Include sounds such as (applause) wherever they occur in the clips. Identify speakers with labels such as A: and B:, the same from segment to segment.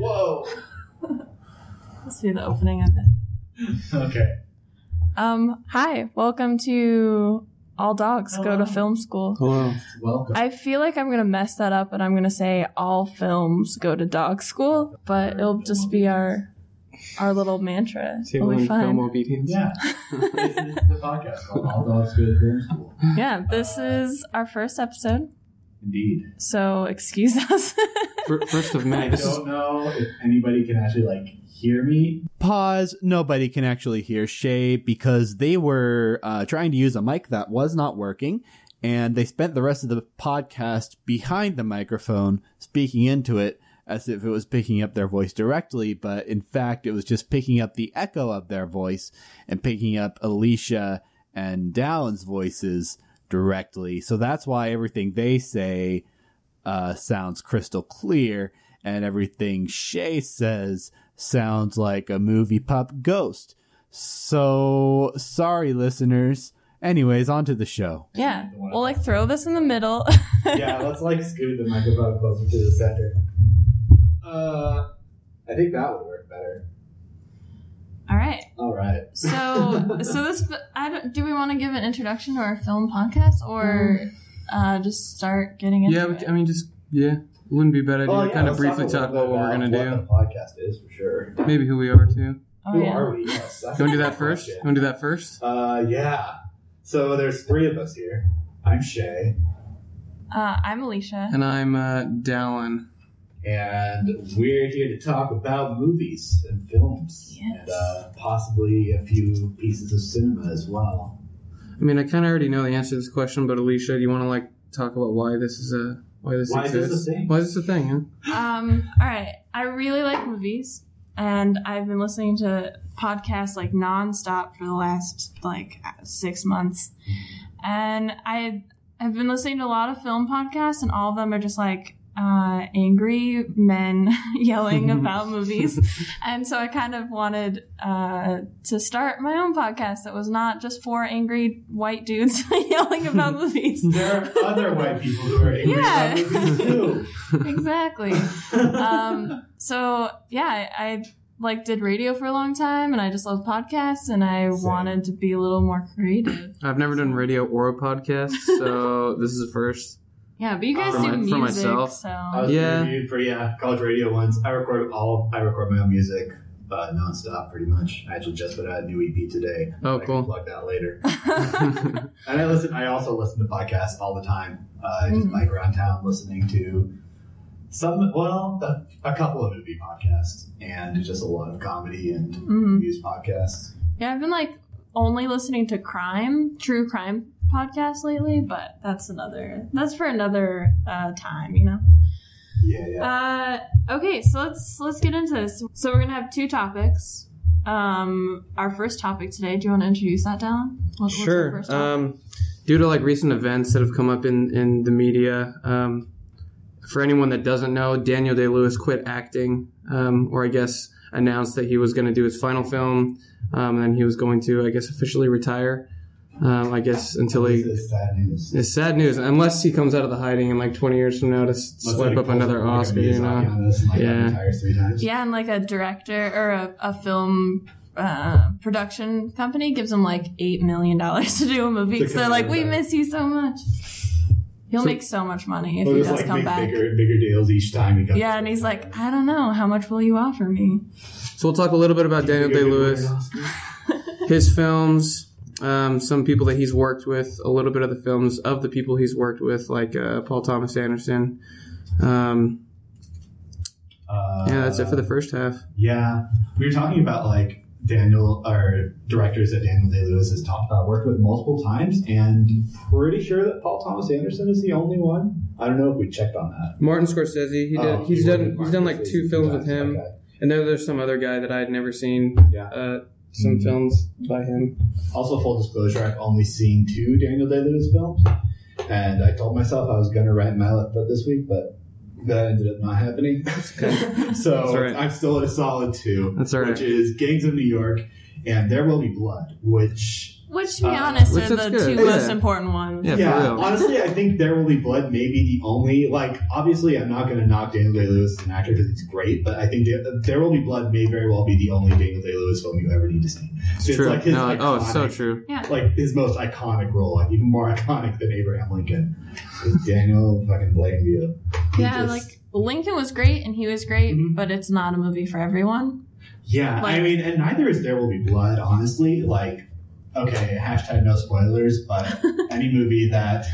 A: Whoa.
B: Let's do the opening of it.
A: (laughs) Okay.
B: Um, hi, welcome to All Dogs Go
A: Hello.
B: to Film School.
C: Hello.
A: Welcome.
B: I feel like I'm gonna mess that up and I'm gonna say all films go to dog school, but it'll just be our our little mantra. It'll be
C: film
B: fun.
C: obedience.
A: Yeah. this is the podcast called All Dogs Go to Film School.
B: Yeah, this is our first episode,
A: Indeed.
B: so excuse (laughs) us.
C: Fir- First of
A: I
C: May. This is
A: don't know if anybody can actually like hear me.
D: pause nobody can actually hear shay because they were uh, trying to use a mic that was not working and they spent the rest of the podcast behind the microphone speaking into it as if it was picking up their voice directly but in fact it was just picking up the echo of their voice and picking up alicia and dallin's voices directly so that's why everything they say uh, sounds crystal clear, and everything Shay says sounds like a movie pup ghost. So sorry, listeners. Anyways, on to the show.
B: yeah. We'll like throw this in the middle.
A: (laughs)
B: (laughs)
A: Yeah, let's like scoot the microphone closer to the center. Uh, I think that would work better.
B: Alright.
A: All right.
B: (laughs) So, so this, I don't, do we want to give an introduction to our film podcast or uh, just start getting into
E: (laughs) Yeah,
B: it?
E: we, I mean, just yeah, wouldn't be a bad idea
A: Well,
E: to
A: Oh, yeah,
E: kind of
A: let's
E: briefly
A: a
E: talk
A: little
E: about what we're
A: bit
E: gonna do,
A: What the podcast is for sure.
E: maybe who we are too.
B: oh,
A: Who
B: yeah.
A: are we? Yes, that's
E: You want to do
A: a (laughs)
E: that
A: good
E: first? You
A: question.
E: want to do that first?
A: Uh, yeah. So there's three of us here. I'm Shay,
B: Uh, I'm Alicia.
E: And I'm uh, Dallin.
A: and we're here to talk about movies and films,
B: Yes.
A: and uh, possibly a few pieces of cinema as well.
E: I mean, I kind of already know the answer to this question, but Alicia, do you want to like talk about why this is a why this
A: Why is
E: exists?
A: this a thing?
E: Why is this a thing? Huh?
B: (laughs) Um, all right. I really like movies, and I've been listening to podcasts like nonstop for the last like six months, and I have been listening to a lot of film podcasts, and all of them are just like uh, angry men (laughs) yelling about movies, and so I kind of wanted uh, to start my own podcast that was not just four angry white dudes (laughs) yelling
A: (laughs)
B: about movies.
A: There are other white people who are angry
B: Yeah.
A: about movies too.
B: exactly. (laughs) um, so yeah, I, I like did radio for a long time, and I just love podcasts, and I
A: Same.
B: wanted to be a little more creative.
E: I've never done radio or a podcast,
A: (laughs)
E: so this is the first.
B: Yeah, but you guys
E: For
B: do
E: my- for
B: music,
E: myself.
B: so
A: I
B: (laughs)
A: was
E: Yeah.
A: interviewed for yeah college radio once. I record all I record my own music uh, nonstop, pretty much. I actually just put out a new EP today.
E: Oh,
A: I can
E: cool.
A: plug that later. And I listen. I also listen to podcasts all the time. Uh, I just
B: Mhm.
A: bike around town listening to some, well, a, a couple of movie podcasts and just a lot of comedy and
B: Mhm.
A: news podcasts.
B: yeah, I've been like only listening to crime, true crime podcasts lately, but that's another that's for another uh, time, you know.
A: Yeah, yeah.
B: Uh, okay, so let's let's get into this. So we're gonna have two topics. Um, our first topic today. Do you want to introduce that, Dallin? What- what's our
E: sure.
B: first topic?
E: Um, due to like recent events that have come up in in the media, um, for anyone that doesn't know, Daniel Day Lewis quit acting, um, or I guess announced that he was going to do his final film, um, and then he was going to, I guess, officially retire. Um, I guess until
A: this
E: he.
A: is sad news.
E: It's sad news. Unless he comes out of the hiding in like 20 years from now to s-
A: Must
E: swipe
A: have
E: up another
A: pulled, like,
E: Oscar,
A: a
E: you
A: Miyazaki
E: know.
A: on this and, like,
E: Yeah.
A: retire three times.
B: Yeah, and like a director or a, a film uh, production company gives them like eight million dollars to do a movie.
A: To
B: So they're like,
A: cover
B: we
A: that.
B: miss you so much. He'll make so much money if
A: Or
B: he
A: just
B: does
A: like
B: come
A: make
B: back.
A: bigger, bigger deals each time he comes.
B: Yeah, and he's like, I don't know, how much will you offer me?
E: So we'll talk a little bit about Uh, Daniel Day Lewis. his films, um, some people that he's worked with, a little bit of the films of the people he's worked with, like uh, Paul Thomas Anderson. Um,
A: Uh,
E: yeah, that's it for the first half.
A: Yeah, we were talking about like Daniel or directors that Daniel Day Lewis has talked about worked with multiple times, and pretty sure that Paul Thomas Anderson is the only one. I don't know if we checked on that.
E: Martin Scorsese, he did,
A: Oh,
E: he's
A: he
E: done
A: worked with
E: he's done
A: Martin
E: like two
A: Scorsese
E: films
A: sometimes,
E: with him,
A: okay.
E: and then there's some other guy that I had never seen.
A: Yeah.
E: Uh, some
A: Mhm.
E: films by him.
A: Also, full disclosure, I've only seen two Daniel Day Lewis films, and I told myself I was gonna write Mallet Foot this week, but that ended up not happening.
E: (laughs)
A: (laughs)
E: That's
A: so
E: all right.
A: I'm still at a solid two.
E: That's all
A: which
E: right.
A: is Gangs of New York and There Will Be Blood, which
B: Which, to be
A: Uh,
B: honest,
E: which
B: are
E: is
B: the
E: good.
B: two
E: Yeah.
B: most important ones.
E: Yeah, for real.
A: honestly, I think There Will Be Blood may be the only like. Obviously, I'm not going to knock Daniel Day Lewis as an actor because he's great, but I think Da- There Will Be Blood may very well be the only Daniel Day Lewis film you ever need to see.
E: It's
A: So it's
E: true.
A: like his
E: no,
A: iconic-
E: oh, it's so true.
A: Like his most iconic role, like even more (laughs) iconic than Abraham Lincoln. Is Daniel fucking blame you? He
B: Yeah,
A: just-
B: like Lincoln was great and he was great,
A: Mhm.
B: but it's not a movie for everyone.
A: Yeah, I
B: Like-
A: mean, and neither is There Will Be Blood, honestly. Like, okay, hashtag no spoilers, but any movie that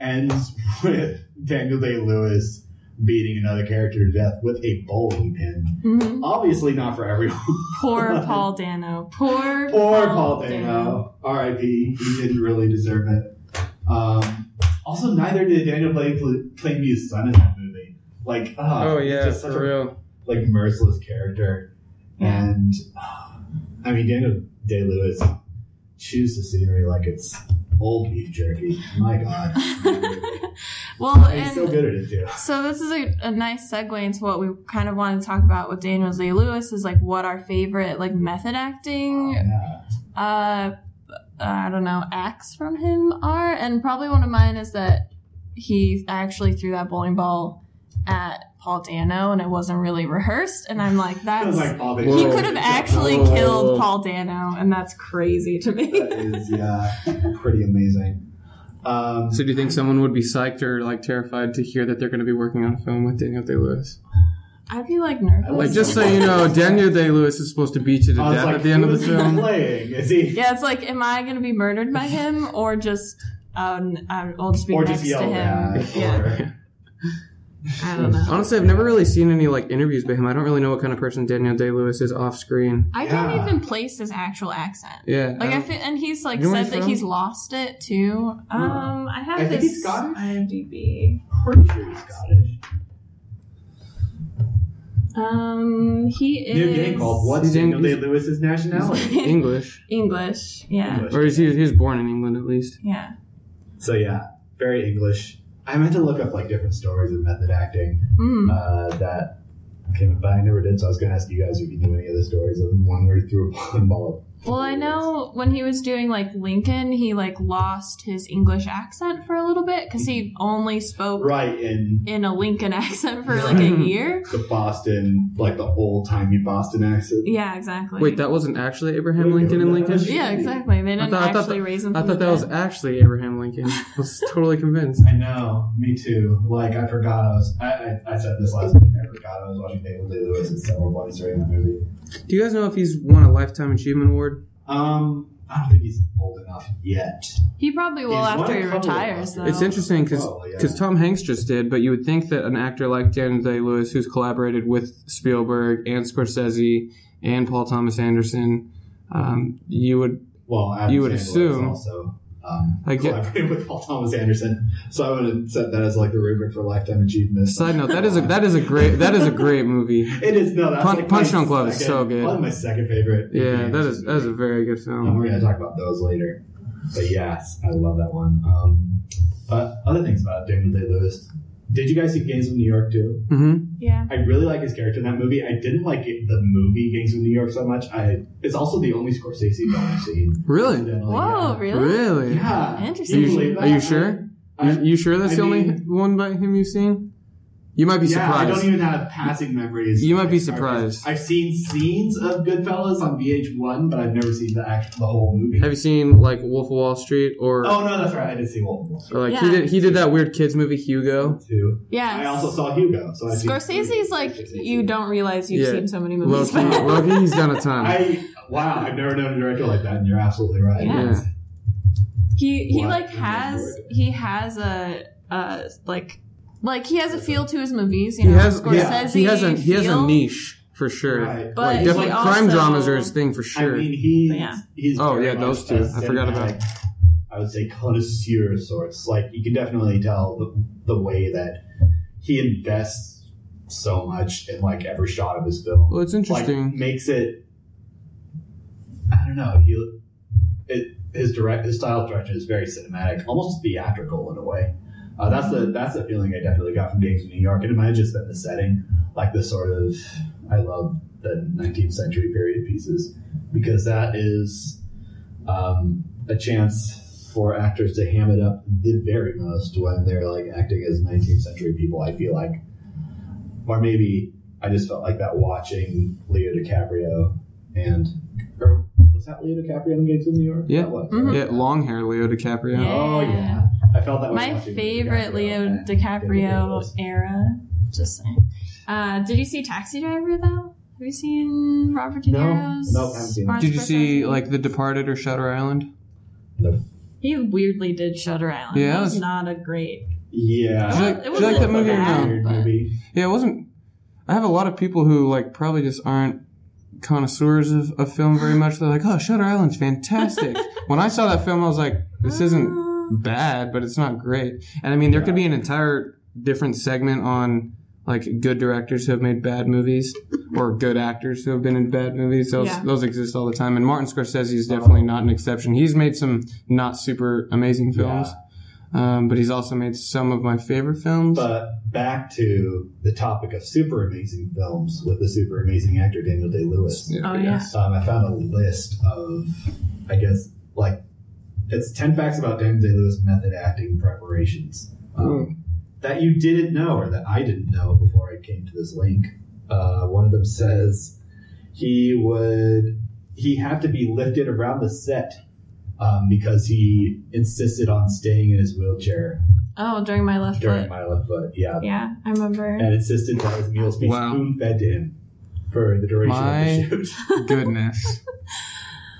A: ends with Daniel Day Lewis beating another character to death with a bowling pin,
B: Mhm.
A: obviously not for everyone. (laughs)
B: Poor Paul Dano. Poor
A: Poor
B: Oh,
A: Paul Dano. RIP. He didn't really deserve it. Um, also, neither did Daniel Play Plainview's son in that movie. Like,
E: Oh,
A: oh,
E: yeah,
A: just such a
E: for real.
A: like merciless character.
B: Yeah.
A: And uh, I mean, Daniel Day Lewis chews the scenery like it's old beef jerky. My God,
B: (laughs) Well,
A: he's
B: and
A: so good at it too.
B: So this is a, a nice segue into what we kind of want to talk about with Daniel Day Lewis is like what our favorite like method acting
A: Yeah.
B: uh I don't know acts from him are and probably one of mine is that he actually threw that bowling ball at Paul Dano and it wasn't really rehearsed and I'm
E: (laughs)
B: like
A: I
B: that's
A: was like, oh, they
B: he
E: Whoa.
B: could have actually
E: Whoa.
B: killed Paul Dano and that's crazy to me. (laughs)
A: That is, yeah, pretty amazing. Um,
E: So, do you think someone would be psyched or like terrified to hear that they're going to be working on a film with Daniel Day Lewis?
B: I'd be like nervous.
E: Like, just so you know, Daniel Day Lewis is supposed to beat you to
A: I was
E: death
A: like,
E: at the end of
A: who
E: the
A: is he
E: film.
A: playing? Is he?
B: Yeah, it's like, am I going to be
A: (laughs)
B: murdered by him or just um, I- I'll just be
A: Or
B: next
A: just yell
B: to him?
A: at?
B: yeah,
A: Or,
B: I don't know.
E: Honestly, I've never really seen any like interviews by him. I don't really know what kind of person Daniel Day Lewis is off screen.
B: I
A: Yeah. Um,
B: can't even place his actual accent.
E: Yeah, um,
B: Like I
E: don't-
B: feel, and he's like
E: You know where
B: said
E: he's
B: that
E: from?
B: he's lost it too. Um, I have
A: I think
B: this
A: he's Scottish.
B: IMDb.
A: pretty sure he's Scottish.
B: Um, he is
A: New game called What's
E: He's in-
A: Daniel Day Lewis's nationality?
E: English,
B: English. Yeah,
A: English.
E: or is he? He was born in England, at least.
B: yeah.
A: So yeah, very English. I meant to look up like different stories of method acting
B: Mm.
A: uh, that came up, but I never did. So I was going to ask you guys if you knew any of the stories of one where he threw a bowling ball.
B: (laughs) Well, I know when he was doing like Lincoln, he like lost his English accent for a little bit because he only spoke
A: right in
B: in a Lincoln (laughs) accent for like
E: (laughs)
B: a year.
A: the Boston, like the old timey Boston accent.
B: Yeah, exactly.
E: Wait, that wasn't actually Abraham
A: Wait,
E: Lincoln
A: no,
E: in
A: that
E: Lincoln.
A: was-
B: yeah, exactly. They didn't
E: thought- I thought
B: actually raise him.
E: I
B: from
E: thought
B: the
E: that was
B: dead.
E: actually Abraham Lincoln. I was totally convinced.
A: I know, me too. Like I forgot I was. I, I, I said this last week. I forgot I was watching Daniel Day Lewis at several points during the movie.
E: Do you guys know if he's won a lifetime achievement award?
A: Um, I don't think he's old enough yet.
B: He probably will
A: He's
B: after
A: won a
B: he
A: couple
B: retires, though.
A: Oscars.
E: It's interesting because
A: Oh, yeah.
E: Tom Hanks just did, but you would think that an actor like Daniel Day Lewis, who's collaborated with Spielberg and Scorsese and Paul Thomas Anderson, um, you would
A: Well, Adam
E: You would
A: Sandler is
E: assume.
A: also um,
E: I get-
A: collaborated with Paul Thomas Anderson, so I would have set that as like the rubric for lifetime achievement.
E: Side note: that is a that is a great that is a great movie.
A: (laughs) It is no. That's
E: Pun-
A: like
E: Punch
A: my
E: Drunk Love is
A: second-
E: so good.
A: Probably my second favorite.
E: Yeah, that is that is a very good
A: Um,
E: film.
A: we're gonna talk about those later, but yes, I love that one. Um, but other things about Daniel Day Lewis. Did you guys see Gangs of New York too?
E: hmm
B: yeah.
A: I really like his character in that movie. I didn't like it, the movie Gangs of New York so much. I it's also the only Scorsese film I've seen.
E: Really,
B: Whoa,
A: Yeah.
B: really?
E: Oh, really.
A: Yeah.
B: Interesting.
A: Can you believe
E: Are you
A: that?
E: sure?
A: uh, I-
E: you, you sure that's
A: I
E: the only
A: mean-
E: one by him you've seen? You might be
A: yeah, I
E: surprised.
A: don't even have passing memories.
E: You might be surprised.
A: I've seen scenes of Goodfellas on VH1, but I've never seen the act, the whole movie.
E: Have you seen like Wolf of Wall Street or,
A: oh no, that's right. I did see Wolf of Wall
E: or like he
B: Yeah.
E: did he did that weird kids movie Hugo?
A: Street too.
B: Yeah.
A: I also saw Hugo. So I
B: Scorsese's like, you don't realize you've
E: Yeah.
B: seen so many
E: Loki,
B: movies. (laughs)
E: Loki, he's done a ton.
A: I wow, I've never known a director like that, and you're absolutely right.
B: Yeah.
E: Yeah.
B: he he
A: What?
B: like has he has a uh like like he has a feel to his movies. You
E: He
B: know,
E: has
B: Scorsese.
A: yeah.
E: he has a he has a
B: feel.
E: niche for sure.
A: Right.
B: But
A: Like,
B: he
E: Definitely
A: like,
E: crime
B: also-
E: dramas are his thing for
A: I
E: sure.
A: mean, he
B: Yeah.
A: he's
E: Oh,
A: very
E: yeah,
A: much
E: those
A: a
E: two. I forgot about.
A: cinematic, I would say connoisseur of sorts. Like you can definitely tell the, the way that he invests so much in like every shot of his film.
E: well, it's
A: like (laughs)
E: interesting.
A: makes it I don't know, he it his direct his style of direction is very cinematic, almost theatrical in a way. Uh, that's the that's the feeling I definitely got from Gangs of New York. And it might have just been the setting, like the sort of I love the nineteenth century period pieces. because that is um, a chance for actors to ham it up the very most when they're like acting as 19th century people. I feel like, or maybe I just felt like that watching Leo DiCaprio and or was that Leo DiCaprio in Gangs of New York?
E: Yeah.
A: That was,
B: Mhm.
E: Yeah, long hair Leo DiCaprio.
B: Yeah.
A: Oh yeah, I felt that. Was
B: My
A: watching
B: favorite
A: DiCaprio.
B: Leo
A: Daniel
B: DiCaprio
A: Day-Lewis.
B: era. Just saying. Uh, did you see Taxi Driver though? Have you seen Robert De
A: No.
B: Niro's?
A: Nope, haven't seen it.
B: Martin
E: Did you see
B: Scorsese?
E: like The Departed or Shutter Island?
B: He weirdly did Shutter Island.
E: Yeah,
B: that
E: it
B: was
E: was-
B: not a great.
A: Yeah.
E: Did you like-
B: It
E: did you
B: wasn't
E: like that movie or
B: bad,
E: no?
A: Weird
B: but-
A: movie.
E: Yeah, it wasn't. I have a lot of people who like probably just aren't connoisseurs of, of film very much. They're like, "Oh, Shutter
B: (laughs)
E: Island's fantastic." when I saw that film, I was like, "This isn't
B: Uh,
E: bad, but it's not great." And I mean, there could be an entire different segment on like good directors who have made bad movies or good actors who have been in bad movies. Those
B: Yeah.
E: those exist all the time. And Martin Scorsese is definitely not an exception. He's made some not super amazing films, um, but he's also made some of my favorite films.
A: But back to the topic of super amazing films with the super amazing actor Daniel Day Lewis.
E: Yeah,
B: Oh,
E: but
B: yeah.
A: Um, I found a list of, I guess, like it's ten facts about Daniel Day Lewis method acting preparations um, that you didn't know or that I didn't know before I came to this link. Uh, one of them says he would he had to be lifted around the set um, because he insisted on staying in his wheelchair
B: oh, during my left
A: during
B: foot.
A: my left foot. Yeah,
B: yeah, I remember.
A: and insisted that his meals be
E: Wow.
A: spoon fed to him for the duration
E: My-
A: of the shoot. (laughs)
E: Goodness.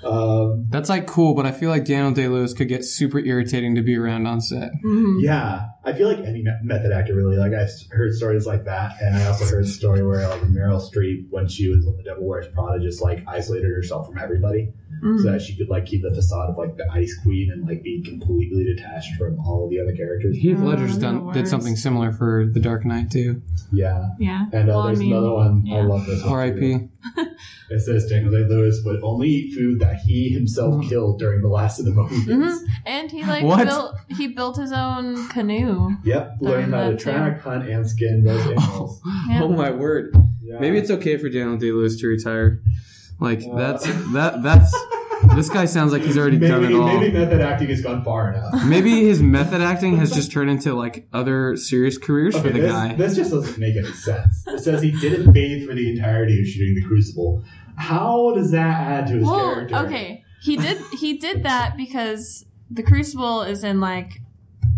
A: Um,
E: That's like cool, but I feel like Daniel Day Lewis could get super irritating to be around on set.
B: Mhm.
A: yeah, I feel like any me- method actor really like. I've heard stories like that, and I also heard a story where like Meryl Streep, when she was on The Devil Wears Prada, just like isolated herself from everybody
E: Hmm.
B: Mhm.
A: so that she could like keep the facade of like the Ice Queen and like be completely detached from all the other characters.
E: Heath
B: Oh,
E: Ledger's
B: the
E: done, did
B: worst.
E: something similar for The Dark Knight too.
A: Yeah,
B: Yeah.
A: and uh,
B: Well, I
A: there's
B: mean,
A: another one. I
B: yeah.
A: love this. one.
E: R.I.P.
A: It says Daniel Day Lewis would only eat food that he himself
E: Mhm.
A: killed during the last of the movie.
B: Mhm. And (laughs) he like
E: What?
B: built he built his own canoe.
A: Yep,
B: Learn
A: learn how to
B: that too.
A: track, hunt, and skin
E: (laughs)
A: those animals.
B: Yeah.
E: Oh my word!
A: Yeah.
E: Maybe it's okay for Daniel Day Lewis to retire. Like
A: Uh.
E: that's that that's this guy sounds like he's already
A: maybe,
E: done it all.
A: Maybe
E: Maybe.
A: method acting has gone far
E: (laughs)
A: enough.
E: his method acting has just turned into like other serious careers for
A: Okay,
E: the
A: this,
E: guy.
A: this just doesn't make any sense. It says he didn't bathe for the entirety of shooting the Crucible. How does that add to his
B: Well,
A: character?
B: okay. He did he did that because the Crucible is in like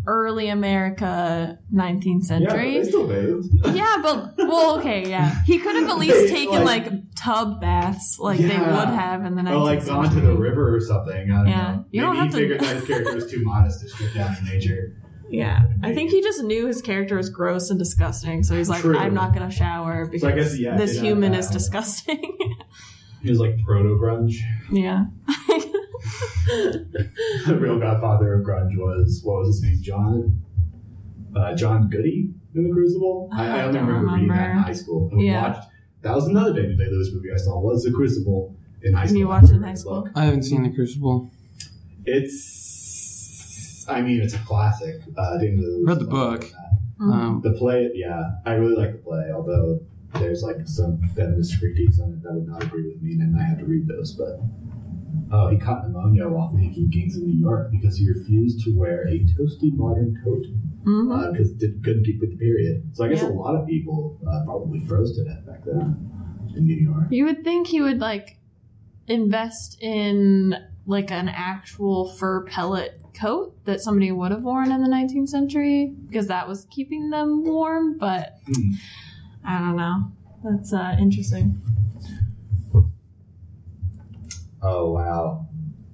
B: early America, 19th
A: Yeah, but
B: century.
A: they still bathed.
B: Yeah, but well, okay, yeah. He could have at least
A: They,
B: taken
A: like-
B: like, tub baths, like they
A: Yeah.
B: would have in the 19th
A: Or like
B: century.
A: gone to the river or something. I don't
B: Yeah.
A: know.
B: You don't
A: Maybe
B: have to-
A: he figured that his character was too modest to strip down to nature.
B: Yeah, I think he just knew his character was gross and disgusting, so he's like,
A: True.
B: I'm not gonna shower because
A: I guess, yeah,
B: this
A: did not
B: human
A: that.
B: is disgusting. (laughs)
A: He was like proto grunge.
B: yeah.
A: the real godfather of grunge was what was his name, John, uh, John Goody in the Crucible. I, I
B: I
A: only
B: Oh, don't
A: remember, reading that in
B: remember.
A: high school. And we
B: Yeah.
A: watched. That was another Daniel Day Lewis movie I saw was the Crucible in high
B: You
A: school.
B: watched it in
A: I
B: high school?
A: Look,
E: I haven't seen The Crucible.
A: It's, I mean, it's a classic. Uh, Daniel Day Lewis
E: Read the
A: is all about
E: book.
A: that.
B: Mm-hmm.
E: Um,
A: The play, yeah, I really like the play, although. There's like some feminist critiques on it that would not agree with me, and I have to read those. But oh, he caught pneumonia while making gigs in New York because he refused to wear a toasty modern coat
B: Mhm.
A: because it couldn't keep with the period. So I guess
B: Yeah.
A: a lot of people uh, probably froze to death back then in New York.
B: You would think he would like invest in like an actual fur pellet coat that somebody would have worn in the 19th century because that was keeping them warm, but
A: Hmm.
B: I don't know. That's uh, interesting.
A: Oh wow,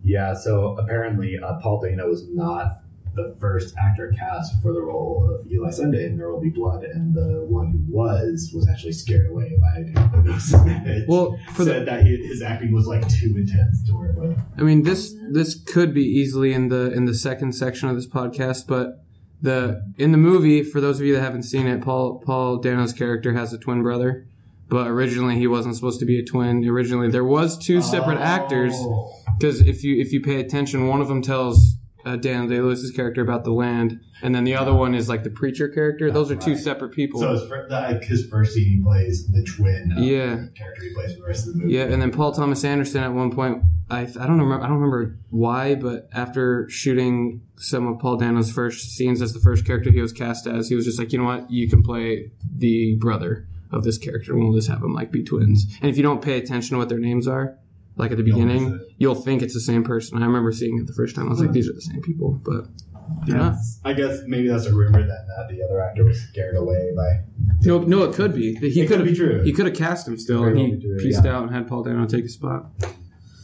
A: yeah. So apparently, uh, Paul Dano was not the first actor cast for the role of Eli Sunday in There Will Be Blood, and the one who was was actually scared away by it.
E: well, for the
A: said that he, his acting was like too intense to work with.
E: I mean this this could be easily in the in the second section of this podcast, but the in the movie, for those of you that haven't seen it, Paul Paul Dano's character has a twin brother, but originally he wasn't supposed to be a twin. Originally there was two separate actors
A: Oh.
E: because if you if you pay attention, one of them tells uh, Daniel Day Lewis's character about the land, and then the other one is like the preacher character. Those are two
A: Right.
E: separate people.
A: So his, fir- like, his first scene, he plays the twin of
E: Yeah.
A: the character he plays for the rest of the movie.
E: Yeah, and then Paul Thomas Anderson at one point, I, I don't remember I don't remember why, but after shooting some of Paul Dano's first scenes as the first character he was cast as, he was just like, you know what, you can play the brother of this character. We'll just have them like be twins. And if you don't pay attention to what their names are, like at the
A: You'll miss
E: beginning,
A: it.
E: you'll think it's the same person. I remember seeing it the first time. I was like, these are the same people, but they're not.
A: I guess maybe that's a rumor then that the other actor was scared away by.
E: No, no, it could be. He
A: It could
E: could
A: be
E: have.
A: true.
E: He could have cast him still,
A: Very
E: and
A: well
E: he
A: be true,
E: pieced
A: yeah.
E: out and had Paul Dano take his spot.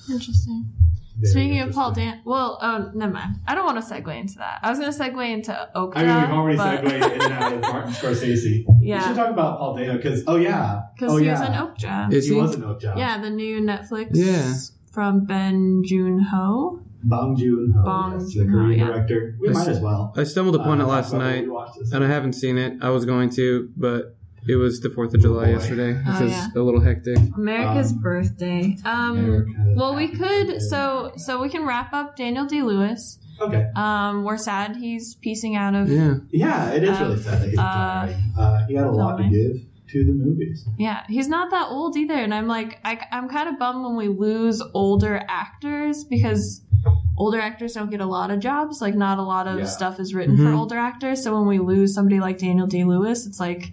B: Interesting.
A: Very
B: Speaking of Paul
A: interesting.
B: Dan, well, oh, never mind. I don't want to segue into that. I was going to segue into Okja.
A: I mean, we've already
B: but,
A: segued in and
B: (laughs)
A: out of Martin Scorsese. We should
B: Yeah,
A: talk about Paul Dano because, oh yeah,
B: because
A: oh,
B: he
A: yeah.
B: was in Okja.
E: Is
A: he
E: he?
A: was an oak job.
B: Yeah, the new Netflix
E: Yeah.
B: from Ben Joon Ho.
A: Bong Joon Ho,
B: Bong
A: yes, the
B: Joon-ho,
A: Korean
B: yeah.
A: director. We
E: I
A: might
E: see.
A: as well.
E: I stumbled upon
A: Uh,
E: it last
A: talk about
E: night.
A: what we watched this
E: and I haven't seen it. I was going to, but it was the Fourth of July
A: boy.
E: yesterday, which
B: Oh,
E: is
B: yeah.
E: a little hectic.
B: America's
A: Um,
B: birthday. Um,
A: America.
B: well, we could so so we can wrap up Daniel Day Lewis.
A: Okay.
B: Um, we're sad he's piecing out of yeah.
A: Yeah,
E: Yeah,
A: it is
B: Um,
A: really sad that he's
B: uh,
A: retiring. Uh, he had a lot to
B: filming.
A: give to the movies.
B: he's not that old either, and I'm like I, I'm kind of bummed when we lose older actors because older actors don't get a lot of jobs. Like not a lot of
A: Yeah.
B: stuff is written for
E: Mhm.
B: older actors. So when we lose somebody like Daniel Day Lewis, it's like.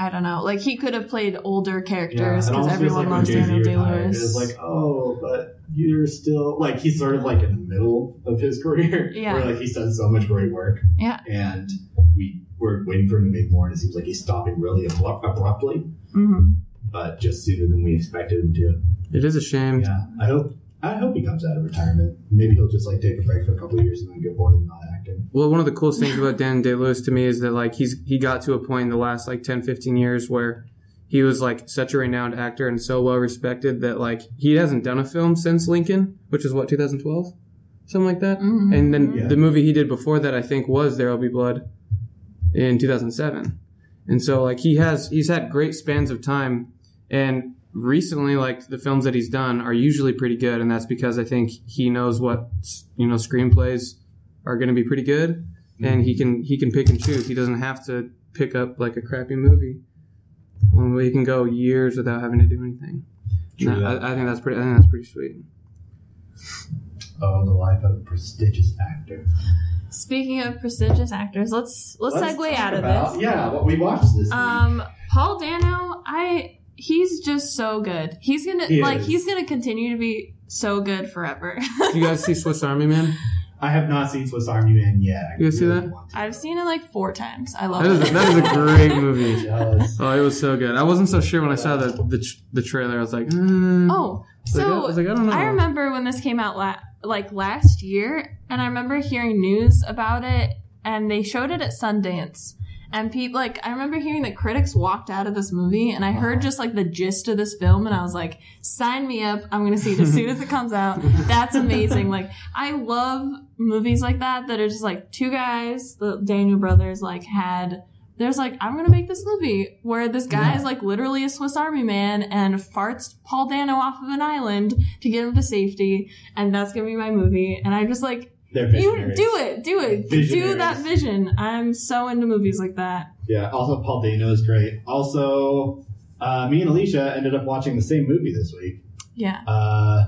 B: I don't know. Like he could have played older characters
A: it
B: because
A: almost feels
B: everyone
A: like when
B: loves
A: Jay-Z
B: Daniel Day
A: retired,
B: Lewis.
A: It was like, oh, but you're still like he's sort of like in the middle of his (laughs) career.
B: Yeah.
A: Where like he's done so much great work.
B: Yeah.
A: And we were waiting for him to make more, and it seems like he's stopping really abru- abruptly,
B: Mhm.
A: but just sooner than we expected him to.
E: it is a shame.
A: Yeah. I hope I hope he comes out of retirement. Maybe he'll just like take a break for a couple of years and then get bored of not acting.
E: Well, one of the coolest things about Dan Day Lewis to me is that like he's he got to a point in the last like 10, 15 years where he was like such a renowned actor and so well respected that like he hasn't done a film since Lincoln, which is what 2012, something like that.
B: Mhm.
E: And then
A: Yeah.
E: the movie he did before that, I think, was There Will Be Blood in 2007. And so, like, he has he's had great spans of time, and recently, like, the films that he's done are usually pretty good, and that's because I think he knows what you know screenplays are going to be pretty good, and he can he can pick and choose. He doesn't have to pick up like a crappy movie. One way he can go years without having to do anything.
A: True
E: And I,
A: that.
E: I think that's pretty. I think that's pretty sweet.
A: Oh, the life of a prestigious actor.
B: Speaking of prestigious actors, let's let's, segue
A: talk
B: out of
A: about-
B: this.
A: Yeah, what we watched this week.
B: Um, Paul Dano, I he's just so good. He's gonna
A: He
B: like
A: is.
B: he's gonna continue to be so good forever. (laughs)
E: Do you guys see Swiss Army Man?
A: I have not seen Swiss Army Man yet. I
E: You guys see
A: really
E: that?
A: want to.
B: I've seen it like four times. I love
E: That is
B: it.
E: that is a great movie.
A: Jealous.
E: Oh, it was so good. I wasn't so sure when I saw the the, tr- the trailer. I was like, mm.
B: (laughs) oh,
E: I was like, I,
B: so
E: was like, I don't know.
B: I remember when this came out la- like last year, and I remember hearing news about it, and they showed it at Sundance. And people like I remember hearing that critics walked out of this movie, and I heard just like the gist of this film, and I was like, "Sign me up! I'm gonna see it as soon as it
A: (laughs)
B: comes out. That's amazing!" Like I love movies like that that are just like two guys, the Daniel brothers, like had. There's like I'm gonna make this movie where this guy is like literally a Swiss Army man and farts Paul Dano off of an island to get him to safety, and that's gonna be my movie. And I'm just like,
A: They're
B: you
A: visionaries.
B: do it, do it, do
A: Visionaries.
B: that vision. I'm so into movies like that.
A: Yeah. Also, Paul Dano is great. Also, uh, me and Alicia ended up watching the same movie this week.
B: Yeah.
A: Uh,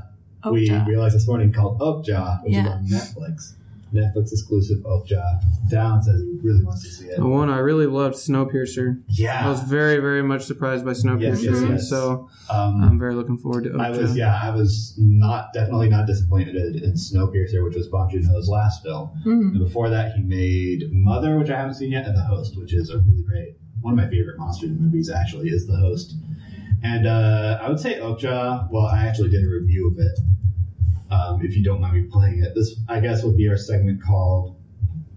A: we
B: Okja.
A: realized this morning called Oakjaw, which
B: Yeah.
A: is on Netflix. Netflix exclusive Oakjaw. Down says he really wants to see it.
E: The one I really loved, Snowpiercer.
F: Ah.
E: I Oh, was
A: Yeah.
E: very, very much surprised by Snowpiercer,
A: Yes,
B: yes,
E: and
A: yes.
E: so
A: Um,
F: Uh-huh.
E: I'm very looking forward to.
A: I
E: Oakja.
A: was yeah, I was not definitely not disappointed in Snowpiercer, which was Bong Joon Ho's last film.
B: Mhm.
A: And before that, he made Mother, which I haven't seen yet, and The Host, which is a really great one of my favorite monster movies. Actually, is The Host, and uh, I would say Oakjaw. Well, I actually did a review of it. Um, if you don't mind me playing it, this I guess would be our segment called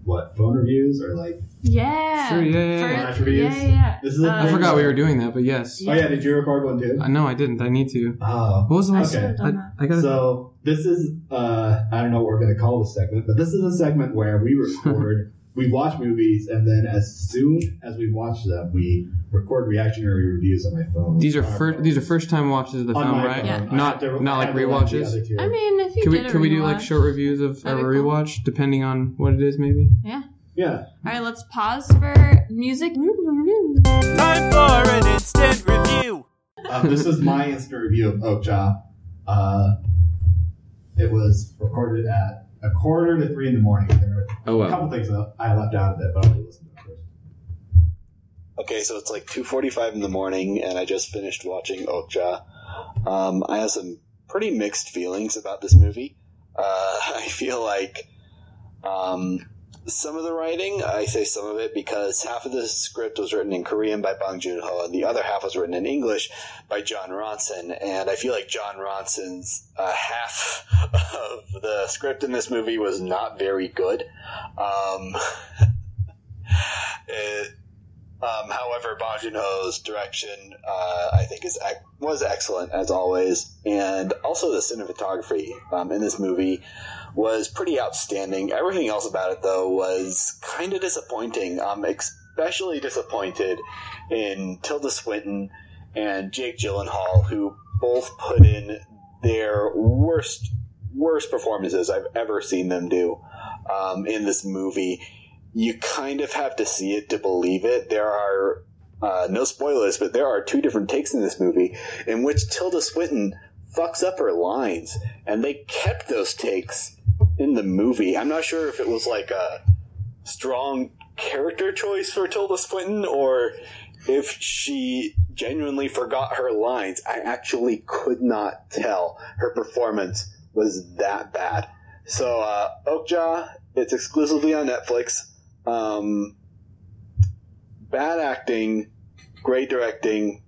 A: what phone reviews or like
B: Yeah.
E: Sure, yeah, yeah,
B: For-
E: yeah.
A: Flash reviews?
B: yeah, yeah.
A: this is. A
B: Uh,
E: I forgot we were doing that, but yes.
A: Oh yeah, did you record one too?
E: Uh, no, I didn't. I need to.
A: Oh,
E: What was the
B: I
E: last?
B: should have
A: Okay.
B: done that.
E: I, I gotta. (laughs)
A: So this is uh, I don't know what we're gonna call this segment, but this is a segment where we record
F: we watch movies, and then as soon as we watch them, we record reactionary reviews on my phone.
E: These are
F: On our
E: first.
F: phone.
E: These are first time watches of the
F: uh, on
E: film,
F: my
E: right?
F: phone.
B: Yeah.
F: I
E: Not
F: have to-
E: not
F: I
E: like
F: have to watch the
E: rewatches.
F: other two.
B: I mean, if you
E: Can we
B: did a
E: can we do
B: rewatch-
E: like short reviews of a
B: That'd be cool.
E: rewatch, depending on what it is, maybe?
F: yeah.
B: All right, let's pause for music.
C: Time for an instant review.
F: Um, this is my instant review of Oak Jaw. Uh, it was recorded at a quarter to three in the morning. There were
G: Oh
F: a
G: wow.
F: couple things that I left out of it, but I'll listen to it first.
A: Okay, so it's like 2:45 in the morning, and I just finished watching Okja. Um, I have some pretty mixed feelings about this movie. Uh, (laughs) I feel like um, some of the writing, I say some of it because half of the script was written in Korean by Bong Joon-ho, and the other half was written in English by John Ronson. And I feel like John Ronson's uh, half (laughs) of the script in this movie was not very good. Um, (laughs) it, um, however, Bajunho's direction, uh, I think, is ac- was excellent as always, and also the cinematography um, in this movie was pretty outstanding. Everything else about it, though, was kind of disappointing. I'm especially disappointed in Tilda Swinton and Jake Gyllenhaal, who both put in their worst worst performances I've ever seen them do um, in this movie you kind of have to see it to believe it. There are uh, no spoilers, but there are two different takes in this movie in which Tilda Swinton fucks up her lines, and they kept those takes in the movie. I'm not sure if it was like a strong character choice for Tilda Swinton or if she genuinely forgot her lines. I actually could not tell. Her performance was that bad. So, uh, Oakjaw, it's exclusively on Netflix. Um, bad acting, great directing,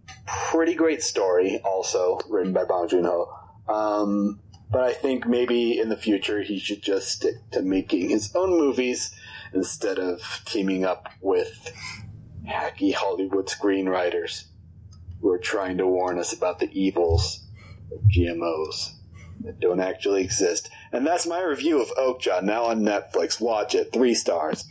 A: pretty great story, also written by Bong Joon Ho. Um, but I think maybe in the future he should just stick to making his own movies instead of teaming up with hacky Hollywood screenwriters who are trying to warn us about the evils of GMOs that don't actually exist. And that's my review of Oakjaw, now on Netflix. Watch it. Three stars.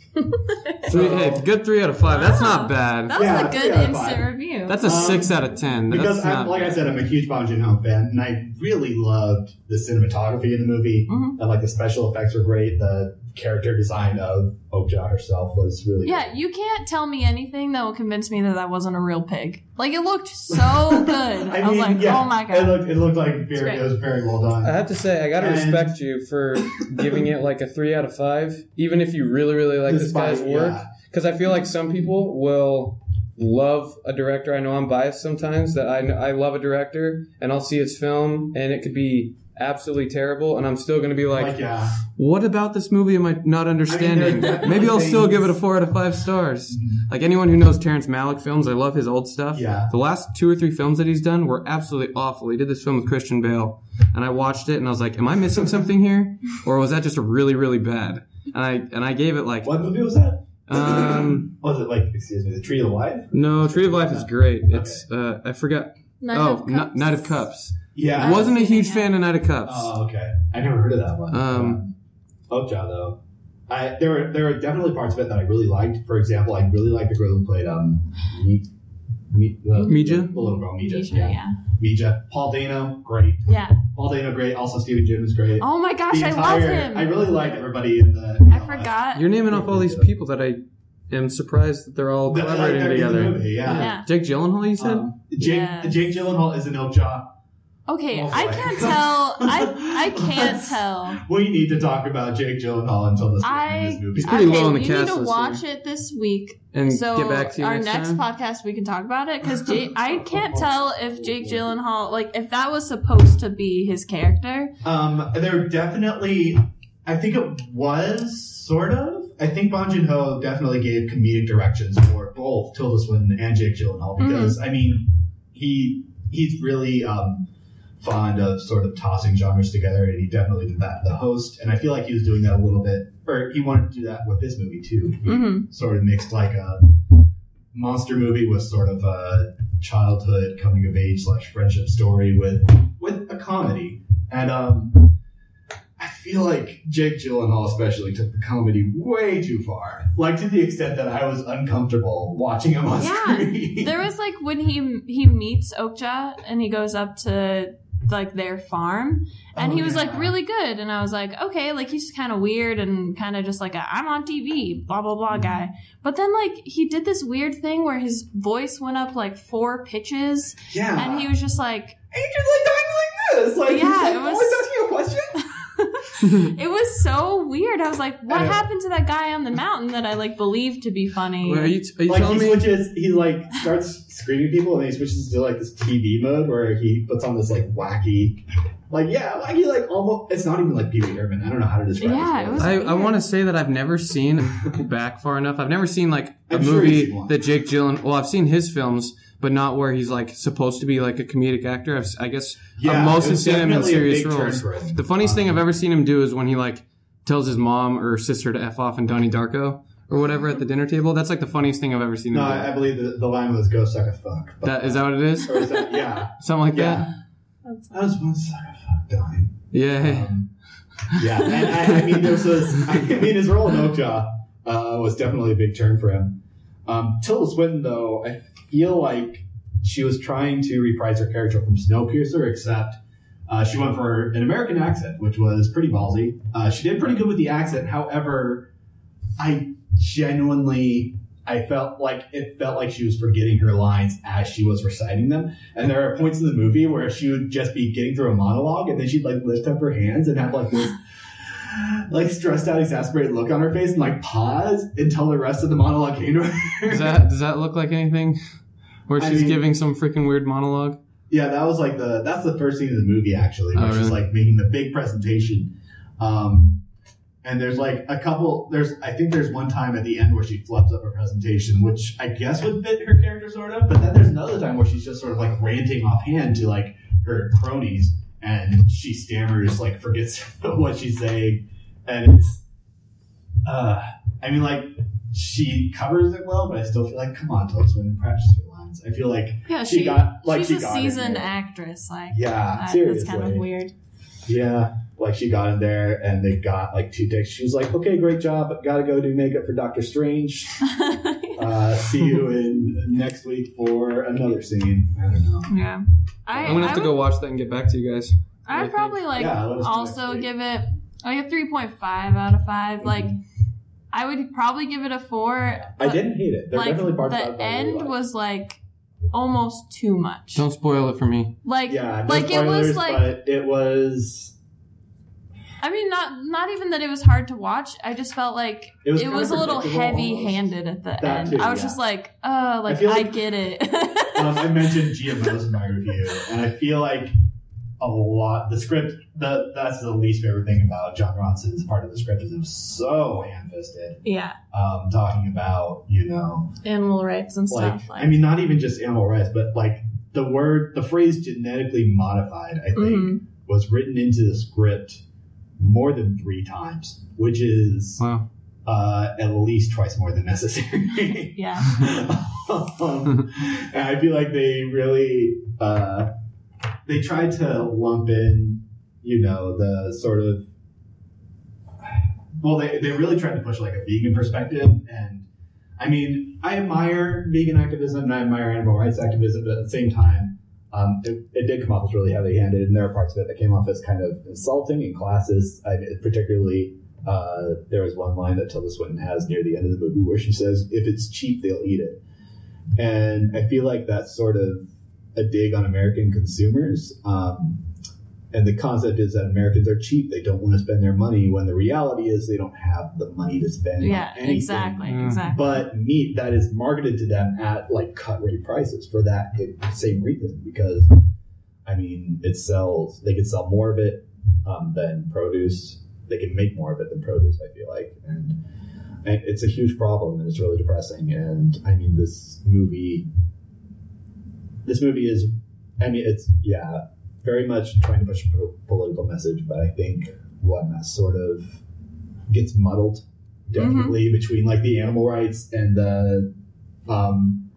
E: Three, hey, good three out of five. That's
B: Wow.
E: not bad.
B: That was
F: Yeah,
B: a good
F: yeah,
B: instant
F: fine.
B: review.
E: That's a
F: Um,
E: six out of ten. That's
F: Because, I,
E: not
F: like I
E: bad.
F: said, I'm a huge Bong Joon Ho fan, and I really loved the cinematography in the movie.
B: Mhm.
F: And like the special effects were great. The character design of Oakja herself was really
B: yeah, you can't tell me anything that will convince me that that wasn't a real pig. Like it looked
F: (laughs)
B: so good. I, was like,
F: yeah,
B: oh my
F: It
B: god.
F: looked, it looked like
B: It's
F: very,
B: great.
F: it was very well done.
E: I have to say, I gotta
F: And-
E: respect you for giving it like a three out of five, even if you really, really like this
F: Despite-
E: guy's work.
F: yeah.
E: Because I feel like some people will love a director. I know I'm biased sometimes that I I love a director, and I'll see his film, and it could be absolutely terrible, and I'm still gonna be like,
F: Like, uh, yeah.
E: what about this movie am I not
F: I
E: understanding?
F: mean, there are
E: Maybe I'll still
F: definitely
E: give it a four out of five stars. Like anyone who knows Terrence Malick films, I love his old stuff.
F: Yeah.
E: The last two or three films that he's done were absolutely awful. He did this film with Christian Bale, and I watched it and I was like, "Am I missing something here, or was that just really, really bad?" And I and I gave it like,
F: What movie was that?
E: um,
F: Was it like, excuse me, The Tree of Life?
E: no, Tree of Life is great. It's uh, I forgot.
B: Knight
E: oh,
B: of
E: Kn-
B: Cups.
E: Knight of Cups.
F: Yeah.
E: I wasn't a
B: seen it
E: huge
B: yet.
E: fan of Knight of Cups.
F: Oh, okay. I never heard of that one.
E: Um,
F: Oakjaw though. I, there were there were definitely parts of it that I really liked. For example, I really liked the girl who played um, Me, Me, uh,
E: Mija?
F: the little girl Mija.
B: Mija,
F: yeah.
B: yeah.
F: Mija. Paul Dano, great.
B: Yeah.
F: Paul Dano, great. Also, Stephen Jim was great.
B: Oh my gosh,
F: the
B: I love
F: entire-
B: him.
F: I really liked everybody in the.
B: I forgot.
E: You're naming off all these people that I am surprised that they're all
F: the,
E: collaborating together.
F: Movie, yeah.
B: yeah.
E: Jake Gyllenhaal, you said?
F: Um, Jake
B: Yes.
F: Jake Gyllenhaal is an Oakjaw.
B: Okay,
F: Oh,
B: I
F: boy.
B: can't tell.
F: (laughs)
B: I I can't tell.
F: We need to talk about Jake Gyllenhaal until this,
B: I-
F: this movie.
E: He's pretty
B: okay,
E: low on the
B: we
E: cast
B: need to
E: list
B: watch it this week.
E: and
B: so
E: get back to you
B: our
E: next,
B: next,
E: time.
B: podcast we can talk about it
F: (laughs)
B: because I can't tell if Jake Gyllenhaal like if that was supposed to be his character.
F: Um, there definitely, I think it was sort of. I think Bong Joon Ho definitely gave comedic directions for both Tilda Swinton and Jake Gyllenhaal
B: Mm-hmm.
F: because I mean, he he's really um, fond of sort of tossing genres together, and he definitely did that. in The host, and I feel like he was doing that a little bit, or he wanted to do that with this movie too. He
E: Mm-hmm.
F: (clears throat)
B: hmm
F: Sort of mixed like a monster movie with sort of a childhood coming of age slash friendship story with with a comedy and um, I feel like Jake Gyllenhaal especially took the comedy way too far. Like to the extent that I was uncomfortable watching him on
B: Yeah.
F: screen.
B: There was like when he he meets Okja and he goes up to like their farm and
F: Oh,
B: he was
F: yeah.
B: like really good and I was like okay like he's kind of weird and kind of just like a I'm on TV blah blah
F: Mm-hmm.
B: blah guy but then like he did this weird thing where his voice went up like four pitches
F: (laughs) yeah.
B: and he was just like
F: And he just like talking like this. Like
B: Yeah,
F: he's like,
B: it was-
F: "Oh, it's asking a question.
B: it was so weird I was like what
F: I know.
B: happened to that guy on the mountain that I like believed to be funny
E: Well, are you, are you
F: Like he
E: telling me?
F: switches he like starts screaming at people and then he switches to like this TV mode where he puts on this like wacky like yeah, wacky like almost it's not even like Pee Wee Herman. I don't know how to describe
B: Yeah,
F: this.
B: it was-
E: I, I want to say that I've never seen back far enough. I've never seen like a
F: I'm sure you've
E: movie
F: seen one.
E: that Jake Gyllenhaal. Well, I've seen his films, but not where he's like supposed to be like a comedic actor. I've, si guess
F: Yeah,
E: I've
F: it
E: mostly
F: was
E: seen him in
F: definitely a
E: serious
F: big turn
E: roles.
F: for him.
E: The funniest thing
F: Um,
E: I've ever seen him do is when he like tells his mom or sister to f off in Donnie Darko or whatever at the dinner table. That's like the funniest thing I've ever seen.
F: No,
E: him do.
F: I, I believe the, the line was "Go suck a fuck." But,
E: that is that what it is?
F: or is that- yeah,
E: Something like
F: yeah.
B: That's-
F: I just want to suck a fuck, Donnie.
E: that. Yeah.
F: Um, yeah, and I, I mean, there was this, I mean, his role in Oakjaw uh, was definitely a big turn for him. Um, Tilda Swinton, though, I feel like she was trying to reprise her character from Snowpiercer, except uh, she went for an American accent, which was pretty ballsy. Uh, she did pretty good with the accent. However, I genuinely. I felt like it felt like she was forgetting her lines as she was reciting them. And there are points in the movie where she would just be getting through a monologue and then she'd like lift up her hands and have like this like stressed out, exasperated look on her face and like pause until the rest of the monologue came to her.
E: Does that does that look like anything? Where
F: I
E: she's
F: mean-
E: giving some freaking weird monologue.
F: Yeah, that was like the that's the first scene of the movie actually,
E: Oh,
F: where she's
E: really?
F: like making the big presentation. Um, and there's like a couple. There's I think there's one time at the end where she fluffs up a presentation, which I guess would fit her character sort of. But then there's another time where she's just sort of like ranting offhand to like her cronies, and she stammers like forgets (laughs) what she's saying, and it's. Uh, I mean, like she covers it well, but I still feel like, come on, Tilda Swinton, practice your lines. I feel like
B: yeah
F: she,
B: she,
F: got like
B: she's
F: she
B: a
F: got it,
B: seasoned
F: man.
B: actress like
F: Yeah,
B: that,
F: seriously.
B: that's kind of weird (laughs)
F: Yeah, like she got in there and they got like two takes. She was like, "Okay, great job, but gotta go do makeup for Doctor Strange. Uh, see you in next week for another scene." I don't know.
B: Yeah. I,
E: I'm gonna have
B: I
E: to
B: would,
E: go watch that and get back to you guys. I
B: I'd
E: think.
B: probably like
F: Yeah, let us know next
B: also
F: week.
B: give it like a 3.5 out of 5.
F: Mm-hmm.
B: Like I would probably give it a 4.
F: I
B: but,
F: didn't hate it. There
B: like
F: definitely parts
B: the
F: about it that I really
B: end
F: liked.
B: was like almost too much.
E: Don't spoil it for me.
B: Like
F: yeah, no
B: like it
F: spoilers,
B: was like
F: but it was
B: I mean not not even that it was hard to watch. I just felt like
F: it
B: it was,
F: was, kind
B: a
F: of
B: little
F: predictable almost.
B: heavy-handed at the
F: That
B: end.
F: too,
B: I was
F: yeah.
B: just like, "Oh, like I,
F: feel like-
B: get
F: (laughs)
B: it."
F: um, I mentioned GMOs in my review, and I feel like a lot the script the, that's the least favorite thing about John Ronson's part of the script is it was so ham fisted.
B: yeah.
F: Um, talking about, you know,
B: Animal rights and
F: like,
B: stuff like (laughs)
F: I mean not even just animal rights, but like the word the phrase genetically modified, I think,
B: Mhm.
F: was written into the script more than three times, which is
E: Wow.
F: uh, at least twice more than necessary. (laughs)
B: Yeah.
F: um, and I feel like they really uh, they tried to lump in, you know, the sort of well, they they really tried to push like a vegan perspective, and I mean, I admire vegan activism and I admire animal rights activism, but at the same time. Um, it, it did come off as really heavy-handed, and there are parts of it that came off as kind of insulting and classes. I, particularly, uh, there was one line that Tilda Swinton has near the end of the movie where she says, "If it's cheap, they'll eat it," and I feel like that's sort of a dig on American consumers. Um, and the concept is that Americans are cheap; they don't want to spend their money when the reality is they don't have the money to spend. on
B: Yeah,
F: anything
B: exactly.
E: Mm.
B: Exactly.
F: but meat that is marketed to them at like cut rate prices for that same reason because i mean it sells they can sell more of it um, than produce they can make more of it than produce i feel like and and it's a huge problem and it's really depressing and i mean this movie this movie is i mean it's yeah very much trying to push a po- political message but i think one that sort of gets muddled
B: Mm-hmm.
F: definitely between like the animal rights and the um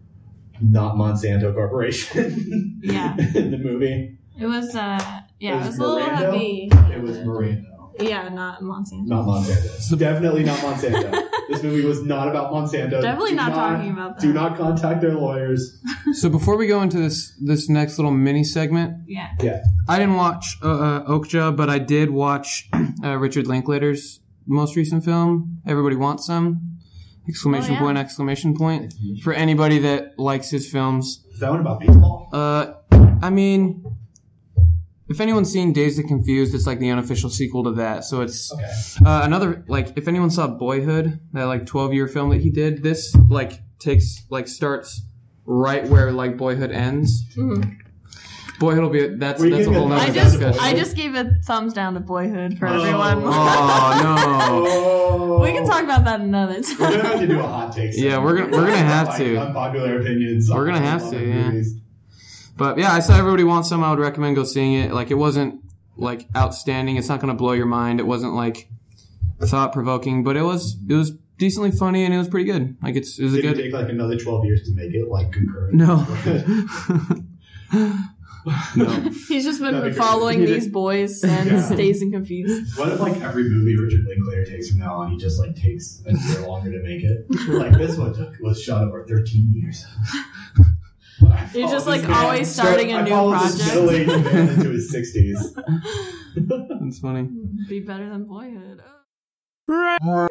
F: not monsanto corporation (laughs)
B: Yeah.
F: in the movie
B: It was uh yeah,
F: It
B: it
F: was
B: was, a little
F: Miranda.
B: heavy.
F: it was miranda
B: Yeah, not Monsanto.
F: Not Monsanto. (laughs) Definitely not Monsanto. (laughs) this movie was not about Monsanto.
B: Definitely
F: Do
B: not talking about that.
F: Do not contact their lawyers.
E: So before we go into this this next little mini segment,
F: (laughs)
B: Yeah.
F: Yeah.
E: I didn't watch uh, uh, Okja, but I did watch (clears throat) uh, Richard Linklater's most recent film, Everybody Wants Some! Exclamation
B: Oh, yeah.
E: point! Exclamation point! For anybody that likes his films,
F: Is that one about baseball?
E: uh, I mean, if anyone's seen Days of Confused, it's like the unofficial sequel to that. So it's
F: Okay.
E: uh, another like if anyone saw Boyhood, that like twelve year film that he did, this like takes like starts right where like Boyhood ends.
B: Mhm.
E: Boyhood will be that's
F: Were you
E: that's a whole
F: giving a-
E: nother
B: I
F: Not
B: just
E: discussion.
B: I just gave a thumbs down to Boyhood for
F: Oh.
B: everyone.
E: oh
F: (laughs) Oh.
B: (laughs) we can talk about that
F: (laughs)
B: another
F: We're gonna
B: time. (laughs)
F: have to do a hot take.
E: Yeah,
F: segment.
E: we're gonna- we're gonna have
F: Like,
E: to.
F: Unpopular opinions. on
E: We're gonna have
F: a lot
E: to,
F: of
E: yeah.
F: movies.
E: no! But yeah, I saw everybody wants some. I would recommend go seeing it. Like it wasn't like outstanding. It's not gonna blow your mind. It wasn't like thought provoking, but it was it was decently funny and it was pretty good. Like it's it was a
F: Did it
E: good.
F: take like another twelve years to make it like concurrent?
E: (laughs)
F: (laughs)
E: No. no.
B: He's just
F: That'd
B: been
F: be great. (laughs)
B: following
E: He did-
B: these boys since
F: Yeah.
B: Days and
F: (laughs)
B: Confused.
F: What if like every movie Richard Linklater takes from now on, he just like takes a year longer to make it? Like this one took was shot over thirteen years. I
B: You're
F: follow
B: just,
F: this
B: like,
F: man-
B: always starting a
F: I
B: new
F: follow this
B: project.
F: middle-aged man into his sixties.
E: That's funny.
B: Be better than Boyhood. Oh.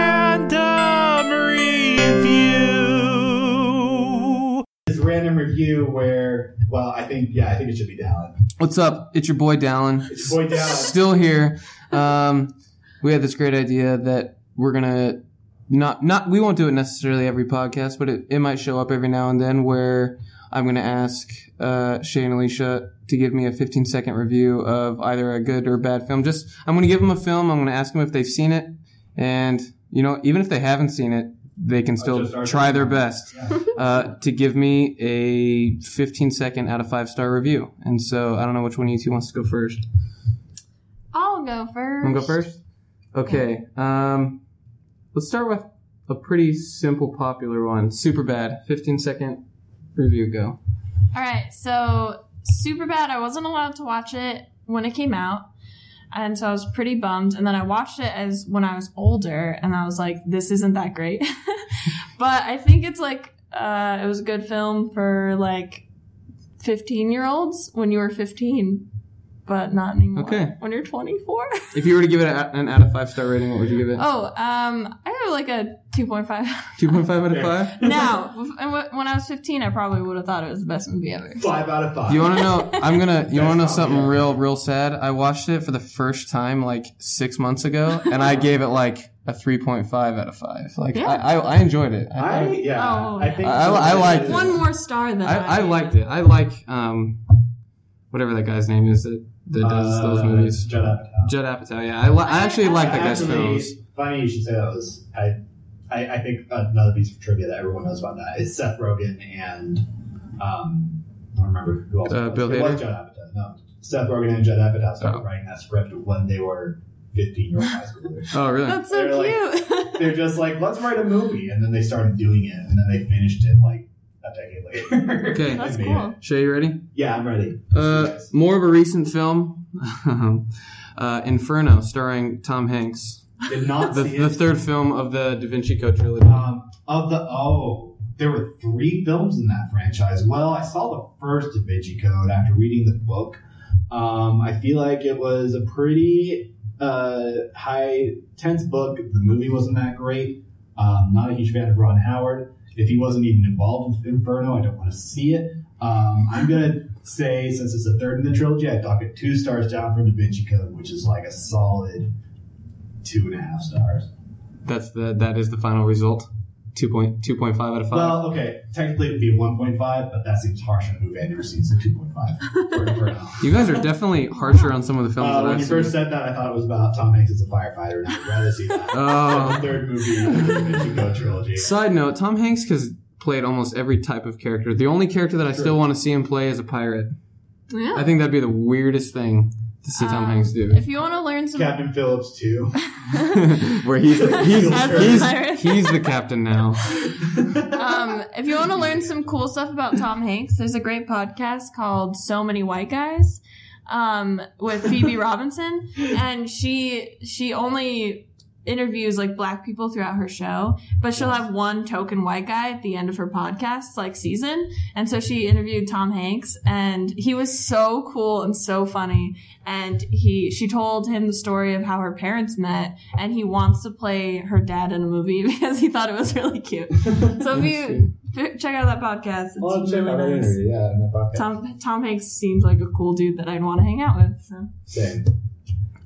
C: Random review.
F: This random review where, well, I think yeah, I think it should be Dallin.
E: What's up? It's your boy Dallin.
F: It's your boy Dallin.
E: Still here. Um, we had this great idea that we're gonna not not we won't do it necessarily every podcast, but it, it might show up every now and then where I'm gonna ask uh, Shay and Alicia to give me a 15 second review of either a good or bad film. Just I'm gonna give them a film. I'm gonna ask them if they've seen it, and you know even if they haven't seen it, they can still
F: Oh, just our-
E: try their best
F: Yeah.
E: (laughs) uh, to give me a 15 second out of five star review. And so I don't know which one of you two wants to go first.
B: I'll go first.
E: Want to go first? Okay. Um, let's start with a pretty simple, popular one. Super bad. 15 second review. Go.
B: All right, so super bad. I wasn't allowed to watch it when it came out, and so I was pretty bummed. And then I watched it as when I was older, and I was like, "This isn't that great," (laughs) but I think it's like uh, it was a good film for like fifteen-year-olds when you were fifteen, but not anymore.
E: Okay.
B: when you're twenty-four.
E: If you were to give it a, an out of five star rating, what would you give it?
B: oh, um, I have like a two point
E: (laughs)
B: five.
E: 2.5 out of
F: Yeah.
E: five?
B: now, when I was fifteen, I probably would have thought it was the best movie ever.
F: Five out of five.
E: You want to know? I'm gonna. You want
F: That's
E: to know
F: not
E: something
F: bad.
E: real, real sad? I watched it for the first time like six months ago, and I gave it like a 3.5 out of five. Like
B: Yeah.
E: I, I, I enjoyed it.
F: I yeah.
B: Oh,
F: I think
E: I- I- I liked it.
B: One more star than
E: I, I
B: did.
E: liked it. I like um, whatever that guy's name is that, that does
F: Uh,
E: those movies.
F: Judd Apatow.
E: Judd Apatow. Yeah, I, li- I actually like that guy's
F: Actually,
E: films.
F: Funny you should say that was. I, I, I think another piece of trivia that everyone knows about that is Seth Rogen and um, I don't remember who else. it
E: Uh,
F: was.
E: Bill
F: it was
E: Hader?
F: Judd Apatow. No, Seth Rogen and Judd Apatow started
E: Oh.
F: writing that script when they were fifteen year old high
E: (laughs)
F: schoolers.
E: Oh, really?
B: That's so
F: They're like-
B: cute. (laughs)
F: They're just like, let's write a movie, and then they started doing it, and then they finished it like a decade later.
E: Okay.
F: (laughs)
B: That's
F: They made
B: cool.
F: it.
E: Shay, you ready?
F: Yeah, I'm ready.
E: Uh,
F: Yes.
E: more of a recent film, (laughs) uh, Inferno, starring Tom Hanks.
F: Did not
E: The,
F: see
E: the
F: it.
E: third film of the Da Vinci Code trilogy.
F: Um, of the oh, there were three films in that franchise. Well, I saw the first Da Vinci Code after reading the book. Um, I feel like it was a pretty uh, high tense book. The movie wasn't that great. Um, not a huge fan of Ron Howard. If he wasn't even involved with Inferno, I don't want to see it. Um, I'm gonna say since it's the third in the trilogy, I dock it two stars down from Da Vinci Code, which is like a solid two and a half stars.
E: That's the that is the final result. 2.2.5 out of five.
F: Well, okay, technically it'd be 1.5, but that seems harsh on a movie I've never seen, so
E: (laughs)
F: 2.5 for, for now.
E: you guys are definitely harsher on some of the films
F: Uh,
E: that
F: when
E: I've
F: you
E: seen.
F: first said that, I thought it was about Tom Hanks as a firefighter, and I'd rather
E: (laughs)
F: see that.
E: Oh.
F: The third movie in the
E: (laughs)
F: Mission Go trilogy.
E: Side note: Tom Hanks has played almost every type of character. The only character that I
F: Sure.
E: still want to see him play is a pirate.
B: yeah.
E: I think that'd be the weirdest thing to see Tom
B: Um,
E: Hanks do.
B: If you want to learn some,
F: Captain
E: (laughs)
F: Phillips (laughs) too.
B: (laughs)
E: Where he's he's
F: As a
E: he's,
B: pirate.
E: he's the captain now.
B: um, if you want to learn some cool stuff about Tom Hanks, there's a great podcast called "So Many White Guys." um, with
E: (laughs)
B: Phoebe Robinson, and she she only interviews like black people throughout her show, but she'll have one token white guy at the end of her podcast like season. And so she interviewed Tom Hanks and he was so cool and so funny and he she told him the story of how her parents met and he wants to play her dad in a movie (laughs) because he thought it was really cute. So if you f- check out that podcast, it's
F: Well, check out
B: really
F: our
B: nice.
F: interview, yeah, in the podcast.
B: Tom Tom Hanks seems like a cool dude that I'd want to hang out with. So
F: Same.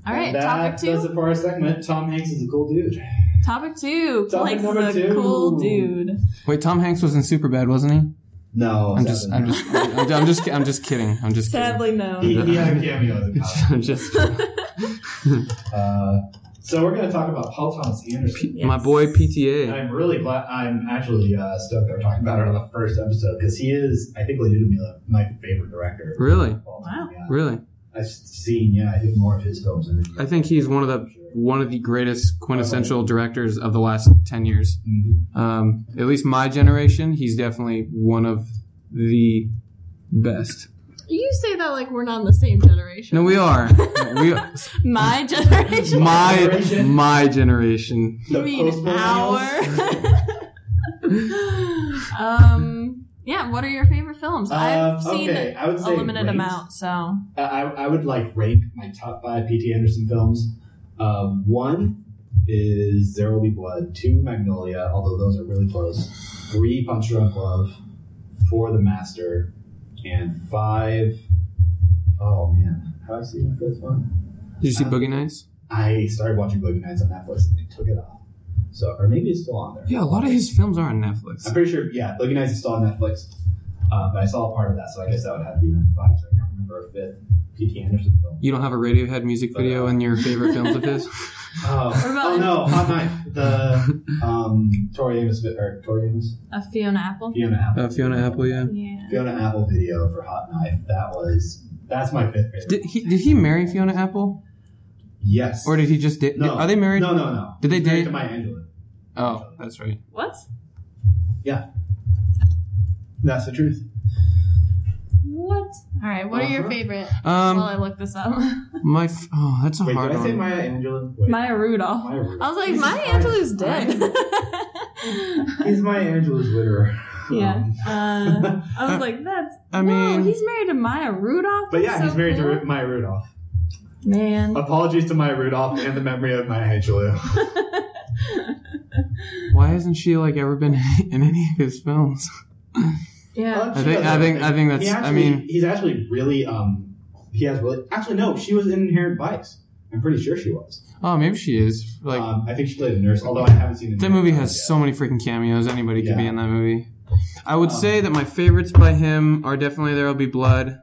B: all right,
F: that
B: topic two.
F: does it for our segment. Tom Hanks is a cool dude.
B: Topic two. Topic
F: Topic number
B: is a
F: two.
B: cool dude.
E: Wait, Tom Hanks was in Superbad, wasn't he?
F: No,
E: I'm just, I'm just, I'm, I'm just, I'm just kidding. I'm just kidding.
B: Sadly, no.
F: he, he had a cameo as a cop.
E: (laughs) I'm just
F: Uh, so we're going to talk about Paul Thomas Anderson.
B: (laughs)
E: my boy PTA.
F: I'm really glad. I'm actually uh, stoked that we're talking about it on the first episode because he is, I think, legitimately like, my favorite director.
E: Really,
F: Of all
B: Wow.
F: time, yeah.
E: really.
F: I've seen, yeah, I think more of his films than
E: I think he's one of the one of the greatest quintessential directors of the last ten years.
F: Mhm.
E: Um, at least my generation, he's definitely one of the best.
B: You say that like we're not in the same generation.
E: No, we are. we are.
F: (laughs)
B: My generation.
E: my my generation.
B: you (laughs) mean our?
F: post-millennials. (laughs)
B: um. Yeah. What are your favorite films?
F: Um,
B: I've seen
F: okay, I would
B: a
F: say
B: limited
F: Ranked.
B: amount, so
F: I, I would like rank my top five P.T. Anderson films. Um, one is There Will Be Blood. Two, Magnolia, although those are really close. Three, Punch Drunk Love. Four, The Master. And five, oh man, have I seen the fifth one?
E: Did you see Boogie Nights?
F: I started watching Boogie Nights on Netflix and they took it off. So, or maybe it's still on there.
E: Yeah, a lot of his films are on Netflix.
F: I'm pretty sure, yeah, Boogie Nights is still on Netflix. Uh, but I saw a part of that, so I guess that would have to be number five. So I can't remember a fifth P.T. Anderson film.
E: You don't have a Radiohead music
F: uh,
E: video in your favorite films of
F: (laughs)
E: his?
F: Oh,
B: What about-
F: oh no, Hot Knife. The um, Tori Amos vi- or Tori Amos
B: a Fiona Apple.
F: Fiona
E: (laughs)
F: Apple.
E: Uh, Fiona Apple, yeah.
B: Yeah.
F: Fiona Apple video for Hot Knife. That was that's my fifth favorite.
E: Did he did he marry Fiona Apple,
F: yes.
E: or did he just date?
F: No.
E: Are they married?
F: No, no, no.
E: Did they
F: Married
E: date?
F: to Maya Angelou.
E: Oh, that's right.
B: What?
F: That's the truth.
B: What? All right. What are your
F: Uh-huh.
B: favorite? While I
E: Um,
B: look this up,
E: my f- oh, that's a
F: Wait, did
E: hard
F: I say
E: one.
F: Maya Angelou? Wait,
B: Maya Rudolph.
F: Maya Rudolph.
B: I was like,
F: Jesus
B: Maya
F: Christ.
B: Angelou's dead.
F: (laughs) He's Maya Angelou's Um, Twitter.
B: yeah. (laughs) Uh, I was like, that's.
E: I
B: whoa,
E: mean,
B: he's married to Maya Rudolph.
F: (laughs) But yeah,
B: That's
F: he's
B: so
F: married
B: cool.
F: to Ru- Maya Rudolph. (laughs)
B: Man. (laughs)
F: Apologies to Maya Rudolph and the memory of Maya Angelou.
E: why hasn't she like ever been (laughs) in any of his films?
F: (laughs)
B: yeah.
E: I think I think I think that's.
F: He
E: I
F: actually,
E: mean,
F: he's actually really um he has really actually no she was in Inherent Vice I'm pretty sure she was
E: oh, maybe she is. Like
F: um, I think she played a nurse although I haven't seen it
E: that movie has so many freaking cameos. Anybody could be
F: Yeah.
E: in that movie. I would
F: Um,
E: say that my favorites by him are definitely "There Will Be Blood,"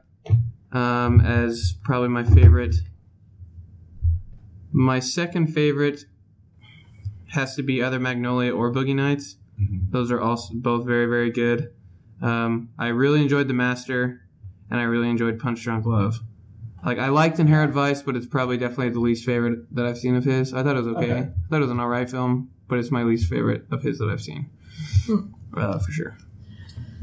E: um, as probably my favorite. My second favorite has to be either Magnolia or Boogie Nights.
F: Mhm.
E: Those are also both very very good. Um, I really enjoyed The Master, and I really enjoyed Punch Drunk Love. Like I liked Inherent Vice, but it's probably definitely the least favorite that I've seen of his. I thought it was okay.
F: Okay.
E: I thought it was an alright film, but it's my least favorite of his that I've seen. Uh, for sure.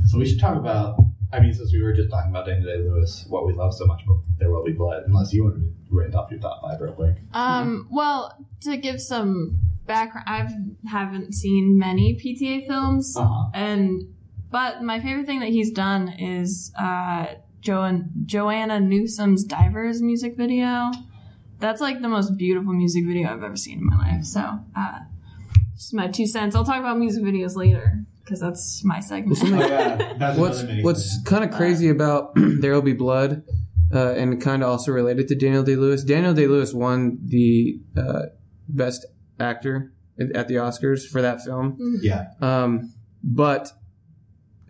F: so we should talk about I mean since we were just talking about Daniel Day Lewis what we love so much about There Will Be Blood unless you wanted to rant off your top five real quick
B: Um, well, to give some background, I haven't seen many PTA films,
E: Oh.
F: uh-huh
B: and but my favorite thing that he's done is uh, Joan Joanna Newsom's "Divers" music video. That's like the most beautiful music video I've ever seen in my life. So, uh, just my two cents. I'll talk about music videos later because that's my segment.
F: (laughs) oh yeah that's
E: What's
F: another mini
E: what's
F: thing.
E: kind of
F: Uh,
E: crazy about (clears throat) There Will Be Blood, uh, and kind of also related to Daniel Day Lewis. Daniel Day Lewis won the uh, best actor at at the Oscars for that film.
F: yeah
E: Um, but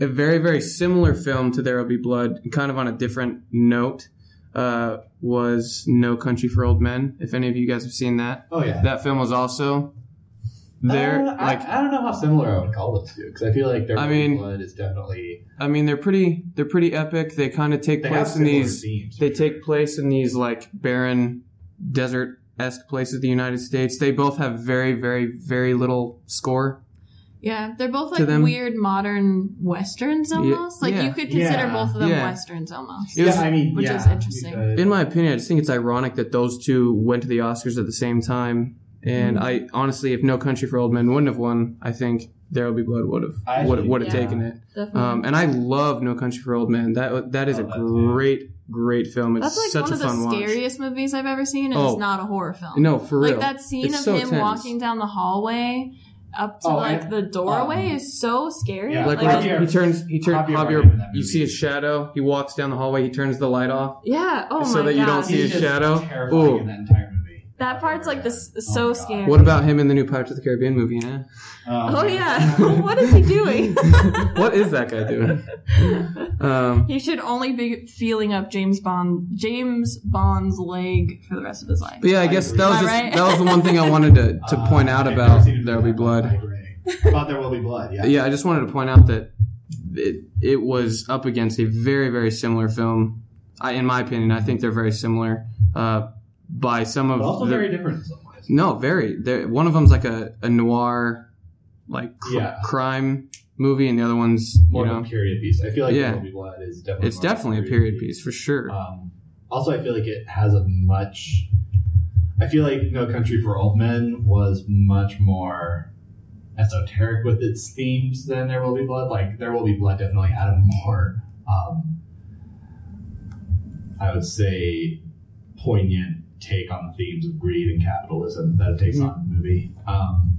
E: a very, very similar film to There Will Be Blood, kind of on a different note, uh, was No Country for Old Men. If any of you guys have seen that,
F: oh yeah
E: that film was also there.
F: Uh,
E: like,
F: I, I don't know how similar I would call those two because I feel like There Will
E: I
F: Be
E: mean-
F: Blood is definitely
E: I mean, they're pretty, they're pretty epic. They kind of take
F: they have
E: place in
F: similar
E: these,
F: themes
E: they take place in these like barren, desert esque places of the United States. They both have very, very, very little score.
B: (laughs) Yeah, they're both
E: To
B: like
E: them.
B: weird modern westerns almost. like
E: yeah.
B: you could consider
F: Yeah.
B: both of them
E: Yeah.
B: westerns almost.
E: It was-
F: yeah, I mean,
B: which
F: yeah,
B: is interesting.
F: you could.
E: In my opinion, I just think it's ironic that those two went to the Oscars at the same time. And
F: Mm-hmm.
E: I honestly, if No Country for Old Men wouldn't have won, I think There Will Be Blood would
F: I
E: have would,
F: actually-
E: would have
B: yeah.
E: taken it.
B: Definitely.
E: Um, and I love No Country for Old Men. That that is
F: Oh,
E: a
F: that's-
E: great, great film. It's
B: That's like
E: such
B: one
E: a
B: of the
E: fun watch.
B: scariest movies I've ever seen, and
E: Oh.
B: it's not a horror film.
E: No, for real.
B: like that scene
E: It's
B: of
E: so
B: him
E: tense.
B: walking down the hallway up to
F: Oh,
B: like
F: and-
B: the doorway
F: um,
B: is so scary.
F: yeah.
E: Like,
F: Like,
E: when
F: Javier-
E: he turns, he turns.
F: Javier
E: Javier,
F: Bardem in that
E: you
F: movie.
E: see his shadow. He walks down the hallway. He turns the light off.
B: Yeah, Oh
E: So
B: my
E: that you don't
B: god.
E: see his
F: He's just
E: shadow.
F: terrifying
E: Ooh.
F: in that entire movie.
B: that part's like this so
F: my Oh, God.
B: scary.
E: What about him in the new Pirates of the Caribbean movie? Huh?
F: Um,
B: Oh yeah. (laughs) what is he doing?
E: (laughs) what is that guy doing?
B: (laughs)
E: Um,
B: he should only be feeling up James Bond James Bond's leg for the rest of his life.
E: but yeah, I guess that
B: Am
E: was
B: I
E: just,
B: right?
E: that was the one thing I wanted to, to
F: uh,
E: point out
F: I've
E: about
F: never seen it
E: There Will Be
F: that way. I
E: Blood.
F: agree. About There Will Be Blood, yeah.
E: Yeah, I just wanted to point out that it, it was up against a very very similar film. I, in my opinion, I think they're very similar uh, by some of
F: But also
E: the
F: very different in some ways.
E: No, very. They're, one of them's like a, a noir, like cr-
F: Yeah.
E: crime movie, and the other one's you
F: More
E: know,
F: of a period piece. I feel like
E: Yeah.
F: There Will Be Blood is definitely
E: it's
F: more of
E: definitely a period piece for sure.
F: Um, also, I feel like it has a much. I feel like No Country for Old Men was much more esoteric with its themes than There Will Be Blood. Like There Will Be Blood definitely had a more, um, I would say, poignant take on the themes of greed and capitalism that it takes on in the movie. Um,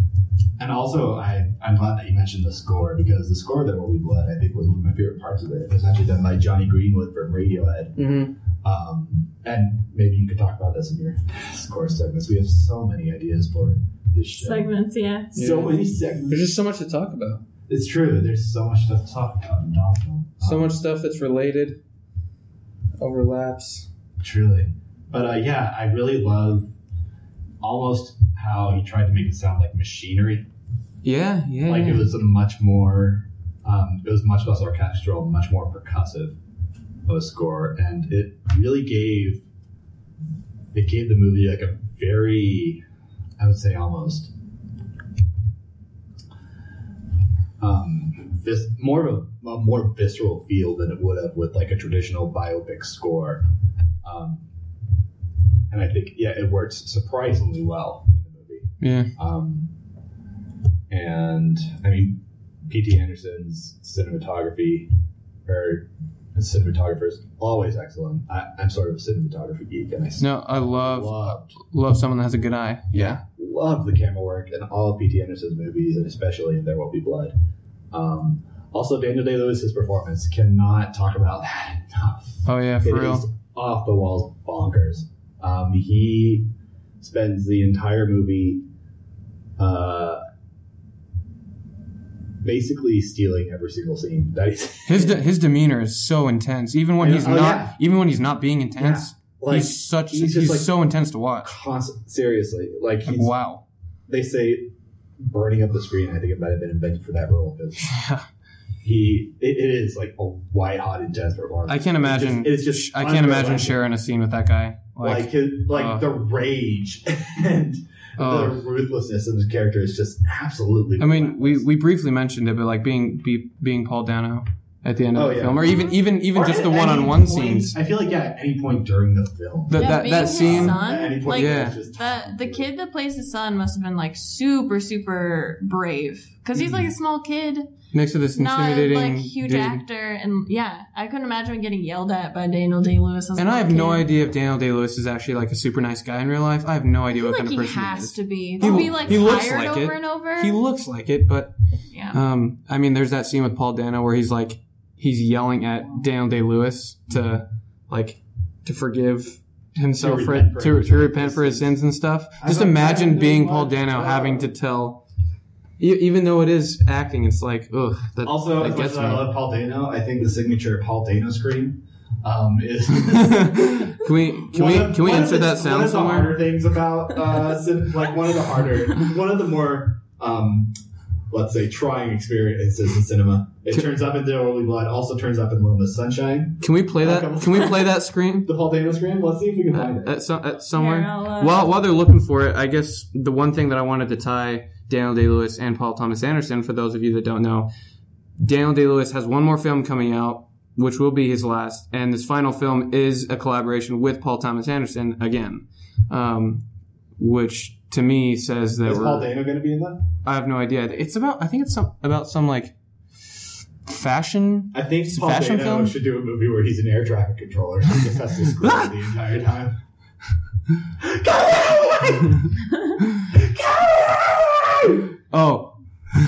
F: and also, I, I'm glad that you mentioned the score because the score that Will Be Blood, I think, was one of my favorite parts of it. It was actually done by Johnny Greenwood from Radiohead.
E: Mhm.
F: Um, and maybe you could talk about this in your (laughs) score segments. We have so many ideas for this show.
B: Segments, yeah.
F: So many segments.
E: There's just so much to talk about.
F: It's true. There's so much stuff to talk about in Dog Film.
E: So
F: Um,
E: much stuff that's related, overlaps.
F: Truly. But uh, yeah, I really love almost how he tried to make it sound like machinery.
E: Yeah, yeah.
F: Like
E: yeah.
F: it was a much more, um, it was much less orchestral, much more percussive of a score, and it really gave it gave the movie like a very, I would say almost, um, vis- more of a, a more visceral feel than it would have with like a traditional biopic score. Um, and I think yeah, it works surprisingly well in the movie.
E: yeah.
F: Um, and I mean, P.T. Anderson's cinematography or his cinematographer is always excellent. I, I'm sort of a cinematography geek, and I s-
E: No, I love
F: loved
E: love someone that has a good eye.
F: loved the camera work in all of P.T. Anderson's movies, and especially in There Will Be Blood. Um, also, Daniel Day Lewis's performance cannot talk about that enough.
E: Oh yeah,
F: It
E: for
F: is
E: real.
F: off the walls bonkers. Um, he spends the entire movie uh, basically stealing every single scene
E: (laughs)
F: that he's
E: His de- his demeanor is so intense, even when
F: Yeah.
E: he's
F: Oh,
E: not
F: yeah.
E: even when he's not being intense.
F: like
E: he's such
F: he's
E: he's,
F: just like-
E: so intense to watch.
F: constant, seriously like
E: Like,
F: he's,
E: wow.
F: they say burning up the screen. I think it might have been invented for that role because
E: (laughs)
F: he it, it is like a white hot intense performance.
E: I can't imagine.
F: It's just, it's just
E: I can't imagine
F: unrelenting.
E: sharing a scene with that guy.
F: like
E: Like,
F: his, like
E: uh,
F: the rage (laughs) and the
E: oh.
F: ruthlessness of his character is just absolutely.
E: I mean, we,
F: relentless.
E: we briefly mentioned it, but like being be, being Paul Dano at the end of
F: Oh,
E: the
F: yeah.
E: film, or even even even
F: Or
E: just
F: at
E: the
F: any
E: one on one
F: point-
E: scenes.
F: I feel like yeah, at any point during the film,
E: That
B: Yeah,
E: that,
B: being
E: that
B: his
E: scene.
B: son.
F: at any
B: like,
F: point,
E: Yeah.
F: it's just
B: The the kid that plays his son must have been like super super brave because he's like a small kid,
E: next to this
B: not
E: intimidating
B: like huge
E: dude.
B: actor, and yeah, I couldn't imagine him getting yelled at by Daniel Day Lewis.
E: And I have no idea if Daniel Day Lewis is actually like a super nice guy in real life. I have no idea what
B: like
E: kind
B: he
E: of person he
B: has
E: is.
B: to be
E: He
B: to
E: lo-
B: be like
E: he looks
B: hired
E: like
B: over
E: it.
B: and over.
E: He looks like it, but
B: yeah.
E: um, I mean, there's that scene with Paul Dano where he's like he's yelling at Daniel Day Lewis to like to forgive himself
F: To
E: for
F: repent for
E: to,
F: his
E: to repent for his sins and stuff.
F: I
E: Just
F: thought
E: imagine
F: Daniel
E: being Paul
F: was
E: Dano
F: proud.
E: having to tell, e- even though it is acting, it's like ugh. That,
F: Also,
E: that
F: as much
E: gets
F: as
E: me.
F: I love Paul Dano, I think the signature Paul Dano scream um,
E: (laughs)
F: is. (laughs)
E: can we can
F: one
E: we
F: of-
E: can we
F: one of
E: insert that
F: the- One
E: sound
F: of the harder
E: somewhere?
F: things about
E: (laughs)
F: uh, sin- like one of the harder, one of the more, um, let's say, trying experiences in cinema. It turns up in *The Only Blood*. Also turns up in *Little Miss Sunshine*.
E: Can we play
F: Okay.
E: that? Can we play that
F: (laughs)
E: screen?
F: The Paul Dano scream. Let's see if we can find
E: at,
F: it.
E: at, some, at somewhere.
B: Here, I'll, uh,
E: while while they're looking for it, I guess the one thing that I wanted to tie Daniel Day Lewis and Paul Thomas Anderson. For those of you that don't know, Daniel Day Lewis has one more film coming out, which will be his last, and this final film is a collaboration with Paul Thomas Anderson again, um, which to me says that
F: Is
E: we're,
F: Paul Dano going to be in that?
E: I have no idea. It's about I think it's some about some like fashion.
F: I think Paul
E: fashion
F: Dano
E: film?
F: should do a movie where he's an air traffic controller. He just has to scream the
E: (laughs)
F: entire time.
E: (laughs) Oh,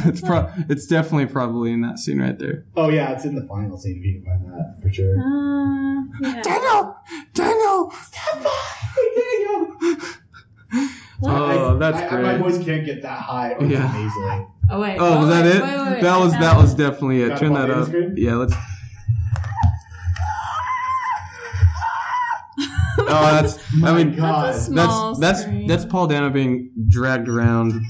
E: it's pro- it's definitely probably in that scene right there.
F: Oh yeah, it's in the final scene if you can find that for sure.
B: Uh, yeah.
E: Daniel, Daniel. Oh,
F: I-
E: that's
F: I- I-
E: great.
F: My voice can't get that high or
E: Yeah.
F: that easily.
B: Oh wait.
E: Oh, was that
B: wait, wait,
E: it?
B: wait, wait.
E: that
B: I
E: was
B: found
E: that was
B: it.
E: definitely it.
F: Got
E: Turn
F: Paul
E: that
F: Dano's
E: up.
F: screen?
E: Yeah,
B: (laughs)
E: let's. oh, that's. I mean,
F: God.
B: That's a small
E: that's that's
B: screen.
E: that's Paul Dano being dragged around.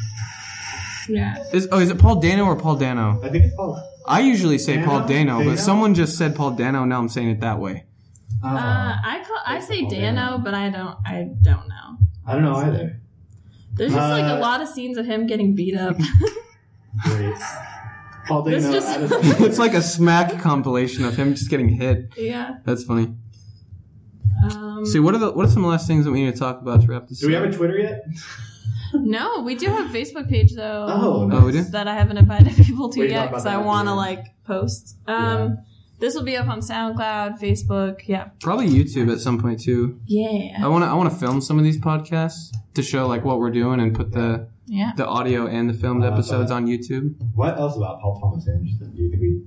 B: yeah.
E: Is oh, is it Paul Dano or Paul Dano?
F: I think it's Paul.
E: I usually say Paul
F: Dano?
E: Dano,
F: Dano?
E: but someone just said Paul Dano. Now I'm saying it that way. (laughs)
F: Oh,
B: Uh, I call I say
F: Oh,
B: Dano,
F: Dano.
B: but I don't I don't know.
F: I don't
B: (laughs)
F: know either.
B: There's just like
F: Uh,
B: a lot of scenes of him getting beat up. (laughs)
F: Great. Paul
B: This
F: Dano.
B: just- (laughs)
F: out of-
E: it's like a smack compilation of him just getting hit.
B: yeah.
E: That's funny.
B: Um,
E: See, what are the what are some last things that we need to talk about to wrap this?
F: do we
E: up?
F: have a Twitter yet?
B: no, we do have a Facebook page though.
F: Oh,
E: Oh, we do.
B: that I haven't invited (laughs) people to
F: We can
B: yet
F: talk about
B: because I
F: that at
B: want to
F: the
B: like post. Um,
F: Yeah.
B: this will be up on SoundCloud, Facebook. Yeah,
E: Probably YouTube at some point too.
B: yeah,
E: I want to I want to film some of these podcasts to show like what we're doing and put the
B: yeah.
E: the audio and the filmed
F: Uh,
E: episodes on YouTube.
F: What else about Paul Thomas Anderson? Do you think we?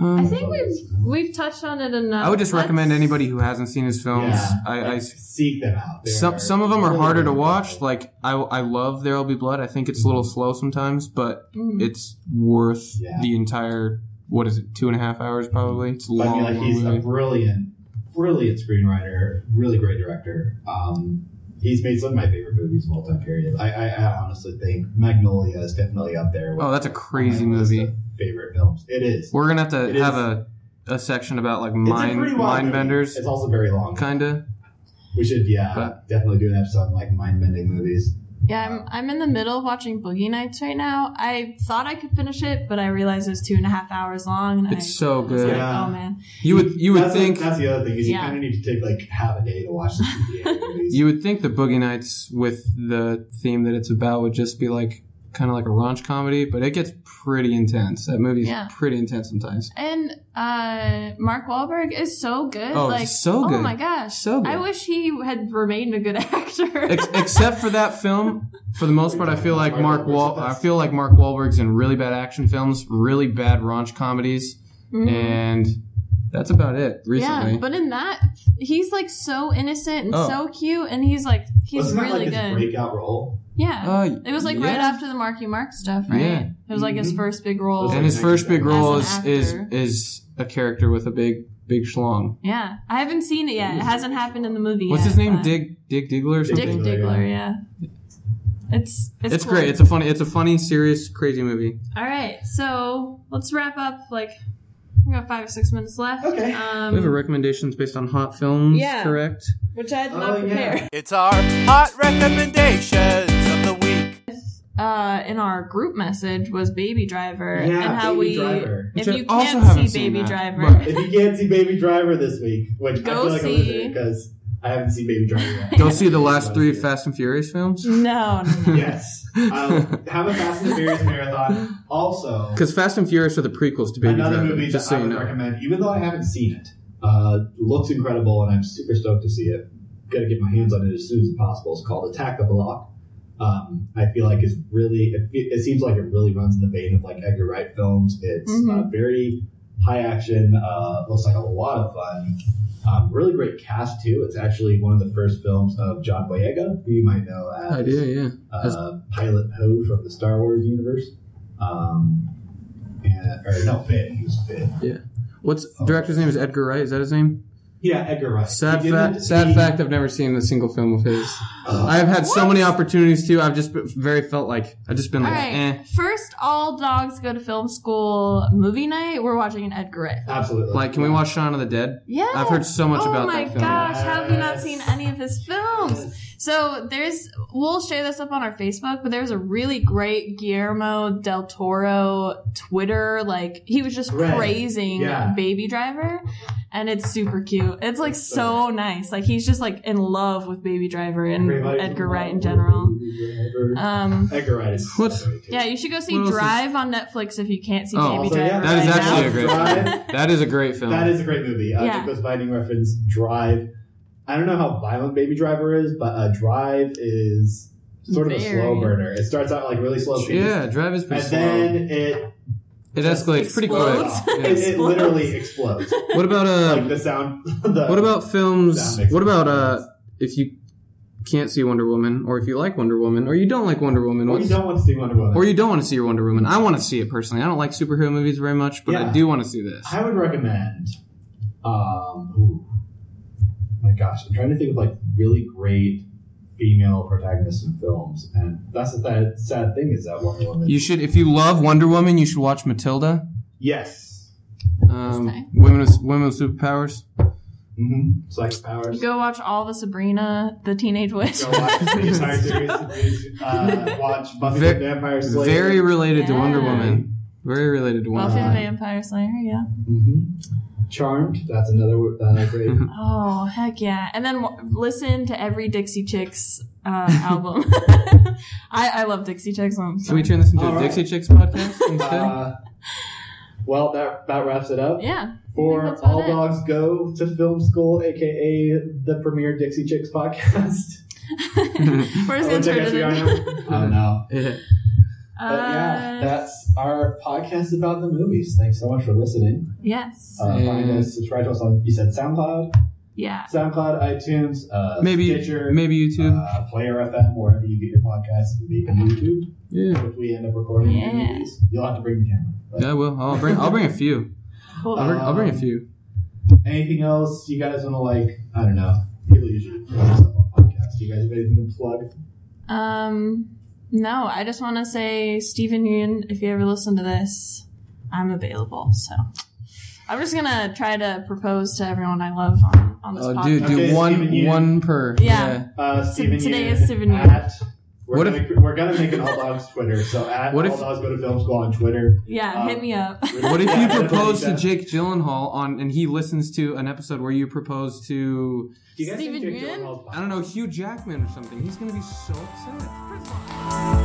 B: I
E: Um,
B: think we've we've touched on it enough.
E: I would just
B: Let's-
E: recommend anybody who hasn't seen his films.
F: Yeah.
E: I, I
F: like, seek them out. They
E: some
F: are
E: some of them are
F: really
E: harder to
F: good.
E: watch. Like I I love There'll Be Blood. I think it's a little slow sometimes, but
B: Mm.
E: it's worth
F: Yeah.
E: the entire what is it two and a half hours probably. It's a
F: But I
E: long.
F: mean, like
E: long
F: he's a
E: movie.
F: brilliant, brilliant screenwriter, really great director. Um, he's made some of my favorite movies of all time. Period. I, I, I honestly think Magnolia is definitely up there. with
E: Oh, that's a crazy
F: my list
E: movie.
F: of Favorite films. It is.
E: We're gonna have to
F: It
E: have
F: is-
E: a a section about like
F: It's a
E: mind
F: pretty wild
E: mind
F: movie.
E: benders,
F: It's also very long.
E: kinda.
F: We should, yeah,
E: But-
F: definitely do an episode on like mind bending movies.
B: Yeah, I'm, I'm in the middle of watching Boogie Nights right now. I thought I could finish it, but I realized it was two and a half hours long. And
E: It's so
B: I was
E: good.
B: like,
F: Yeah.
B: oh man,
E: You would you would
F: that's the-
E: think
F: that's the other thing is
B: Yeah.
F: you kind of need to take like half a day to watch the (laughs) CPA movies.
E: you would think the Boogie Nights with the theme that it's about would just be like kind of like a raunch comedy, but it gets pretty intense. That movie's
B: Yeah.
E: pretty intense sometimes.
B: and uh, Mark Wahlberg is so good.
E: Oh,
B: like
E: so
B: Oh
E: good.
B: my gosh,
E: So good.
B: I (laughs) wish he had remained a good (laughs) actor.
E: Ex- except for that film, for the most part, I feel like Mark Wal- I feel like Mark Wahlberg's in really bad action films, really bad raunch comedies,
B: Mm.
E: and that's about it recently.
B: Yeah, but in that, he's like so innocent and
E: Oh.
B: so cute, and he's like he's
F: Wasn't that
B: really
F: like his
B: good.
F: breakout role?
B: Yeah,
E: Uh,
B: it was like
E: yeah.
B: right after the Marky Mark stuff, right?
E: Yeah. Mm-hmm.
B: It was like his
F: Mhm.
B: first big role.
E: And his first big role
B: As
E: is,
B: an
E: is
B: actor.
E: is a character with a big big schlong.
B: yeah, I haven't seen it yet. It hasn't happened in the movie.
E: What's
B: yet,
E: his name?
B: but-
E: Dig Dig Diggler or
F: Dig
E: something.
B: Dick
F: Diggler,
B: Diggler. Yeah. It's it's,
E: It's,
B: cool.
E: great. It's a funny. It's a funny, serious, crazy movie.
B: All right, so let's wrap up. Like we got five or six minutes left.
F: Okay.
B: Um,
E: we have a recommendations based on hot films.
B: Yeah.
E: Correct.
B: which I had
F: Oh,
B: not
F: yeah.
B: prepared. (laughs)
C: It's our hot recommendations of the week.
B: uh, in our group message was Baby Driver
F: Yeah,
B: and how
F: Baby
B: we
F: Driver.
B: if
E: Which I
B: you
E: also
B: can't
E: haven't
B: see
E: seen
B: Baby
E: that,
B: Driver,
F: If you can't see Baby Driver this week, which I
B: Go
F: feel like
B: see-
F: a loser because I haven't seen Baby Driver yet.
E: Go see the
F: (laughs)
E: last three Fast and Furious
B: (laughs)
E: films. (laughs)
B: no, no, no.
F: Yes. Um, have a Fast and Furious marathon. Also,
E: Because Fast and Furious are the prequels to Baby
F: another
E: Driver.
F: movie that
E: just so
F: I
E: you
F: would
E: know.
F: recommend, even though I haven't seen it, uh, looks incredible, and I'm super stoked to see it. Got to get my hands on it as soon as possible. It's called Attack the Block. Um, I feel like it's really. It, fe- it seems like it really runs in the vein of like Edgar Wright films. It's
B: Mhm.
F: uh, very high action. Uh, looks like a lot of fun. Um, really great cast too. It's actually one of the first films of John Boyega, who you might know as
E: I do, yeah.
F: uh, Pilot Poe from the Star Wars universe. Um, and, or no, Finn. He was Finn.
E: What's director's name is Edgar Wright? Is that his name?
F: Yeah, Edgar Wright.
E: Sad,
F: Oh. He
E: fa-
F: didn't-
E: sad
F: he-
E: fact, I've never seen a single film of his.
F: Oh.
E: I've had so
B: What?
E: many opportunities to. I've just been very felt like I've just been
B: All
E: like,
B: right.
E: eh.
B: First, all dogs go to film school movie night. We're watching an Edgar Wright. film.
F: Absolutely.
E: Like, can we watch Shaun of the Dead?
B: Yeah.
E: I've heard so much
B: oh
E: about
B: my
E: that film.
B: gosh, how have you not
F: Yes.
B: seen any of his films? So there's, we'll share this up on our Facebook, but there's a really great Guillermo del Toro Twitter. Like he was just
F: Right.
B: praising
F: Yeah.
B: Baby Driver, and it's super cute. It's like so nice. Like he's just like in love with Baby Driver and
F: Everybody's
B: Edgar
F: in
B: Wright in
F: love
B: general.
F: with Edgar Wright.
B: Um,
F: Edgar Wright is.
E: What's-
B: yeah, you should go see
E: What else is-
B: Drive on Netflix if you can't see
E: Oh,
B: Baby
F: also,
B: Driver.
F: yeah,
E: That is
B: right
E: actually a
B: now.
E: great film.
F: Drive.
E: That is a great film.
F: That is a great movie. Uh,
B: Yeah.
F: Nicholas Binding reference Drive. I don't know how violent Baby Driver is, but uh, Drive is sort of
B: Very.
F: a slow burner. It starts out like really slow pace,
E: yeah, Drive is pretty
F: and
E: slow.
F: then it
E: it escalates pretty
F: (laughs)
E: quick.
B: Explodes.
F: it,
E: Yeah.
F: it literally explodes.
E: What about
F: like
E: uh?
F: the sound. (laughs) The,
E: What about films?
F: That makes
E: What about
F: sense.
E: uh? If you can't see Wonder Woman, or if you like Wonder Woman, or you don't like Wonder Woman,
F: Or you
E: what's-
F: don't want to see Wonder Woman.
E: or you don't want to see your Wonder Woman. I want to see it personally. I don't like superhero movies very much, but I
F: Yeah.
E: do want to see this.
F: I would recommend. Um, ooh, my gosh, I'm trying to think of like really great female protagonists in films, and that's the sad- sad thing is that Wonder Woman.
E: You should, if you love Wonder Woman, you should watch Matilda.
F: yes.
E: Um,
B: Okay.
E: women with women with superpowers.
F: Mm-hmm.
E: (laughs)
F: Psychic powers.
B: Go watch all the Sabrina, the Teenage Witch.
F: Go watch the entire series. Uh, watch Buffy
E: Ve-
F: the Vampire Slayer.
E: Very related to Wonder
B: Yeah.
E: Woman. Very related to Wonder
B: (laughs) Buffy the
E: Woman.
B: Vampire Slayer, yeah.
F: Mhm. Charmed. That's another uh, great.
E: (laughs)
B: Oh, heck yeah. And then w- listen to every Dixie Chicks uh,
E: (laughs)
B: album. (laughs) I, I love Dixie Chicks. I'm
E: Can we
B: sorry.
E: turn this into a
F: All right.
E: Dixie Chicks podcast instead?
F: Uh, well, that that wraps it up.
E: (laughs)
B: Yeah. (laughs)
F: For
B: that's about
F: All
B: it.
F: Dogs Go to Film School, aka the premier Dixie Chicks podcast.
B: (laughs) We're just going to turn it in.
F: Oh no. But yeah,
B: Uh,
F: that's our podcast about the movies. Thanks so much for listening.
B: yes.
F: Uh, find
E: And-
F: us, subscribe to us on, you said SoundCloud,
B: Yeah.
F: SoundCloud, iTunes, uh,
E: maybe
F: Stitcher,
E: maybe you too.
F: uh, Player FM, wherever you get your podcasts, maybe even YouTube.
E: yeah.
F: If we end up recording
B: Yeah.
F: any of these, you'll have to bring the camera. But
E: Yeah, I will. I'll bring. I'll bring a few.
B: Cool.
E: I'll bring, I'll
F: Um,
E: bring a few.
F: Anything else you guys want to like? I don't know. People usually plug stuff on podcasts. You guys have anything to plug?
B: Um, no, I just want to say, Stephen Yoon, if you ever listen to this, I'm available. So I'm just going to try to propose to everyone I love on, on this
E: Oh,
B: podcast.
E: dude, do
F: Okay, Steven,
E: one
F: you-
E: one per.
B: Yeah.
F: Uh, Steven
B: today
F: Yeun
B: is Steven Yeun.
F: at- We're,
E: What
F: gonna, we're gonna make an all dogs Twitter. So at
E: What if-
F: all dogs go to film school on Twitter.
B: Yeah,
F: Um,
B: hit me
E: (laughs)
B: up.
E: What if
F: Yeah,
E: you
F: that's what
E: propose
F: he
E: to
F: does.
E: Jake Gyllenhaal on, and he listens to an episode where you propose to
F: Do you guys think
B: Steven
F: Jake
B: Yeun?
F: Gyllenhaal's bi-
E: I don't know Hugh Jackman or something? He's gonna be so upset.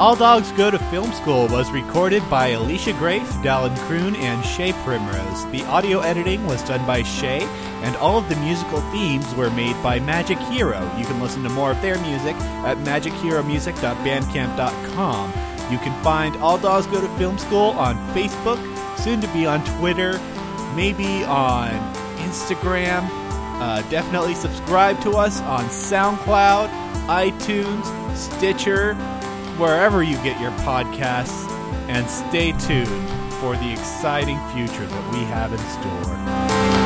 G: All Dogs Go to Film School was recorded by Alicia Grafe, Dallin Croon, and Shay Primrose. The audio editing was done by Shay, and all of the musical themes were made by Magic Hero. You can listen to more of their music at magicheromusic.bandcamp.com. You can find All Dogs Go to Film School on Facebook, soon to be on Twitter, maybe on Instagram. Uh, definitely subscribe to us on SoundCloud, iTunes, Stitcher, wherever you get your podcasts, and stay tuned for the exciting future that we have in store.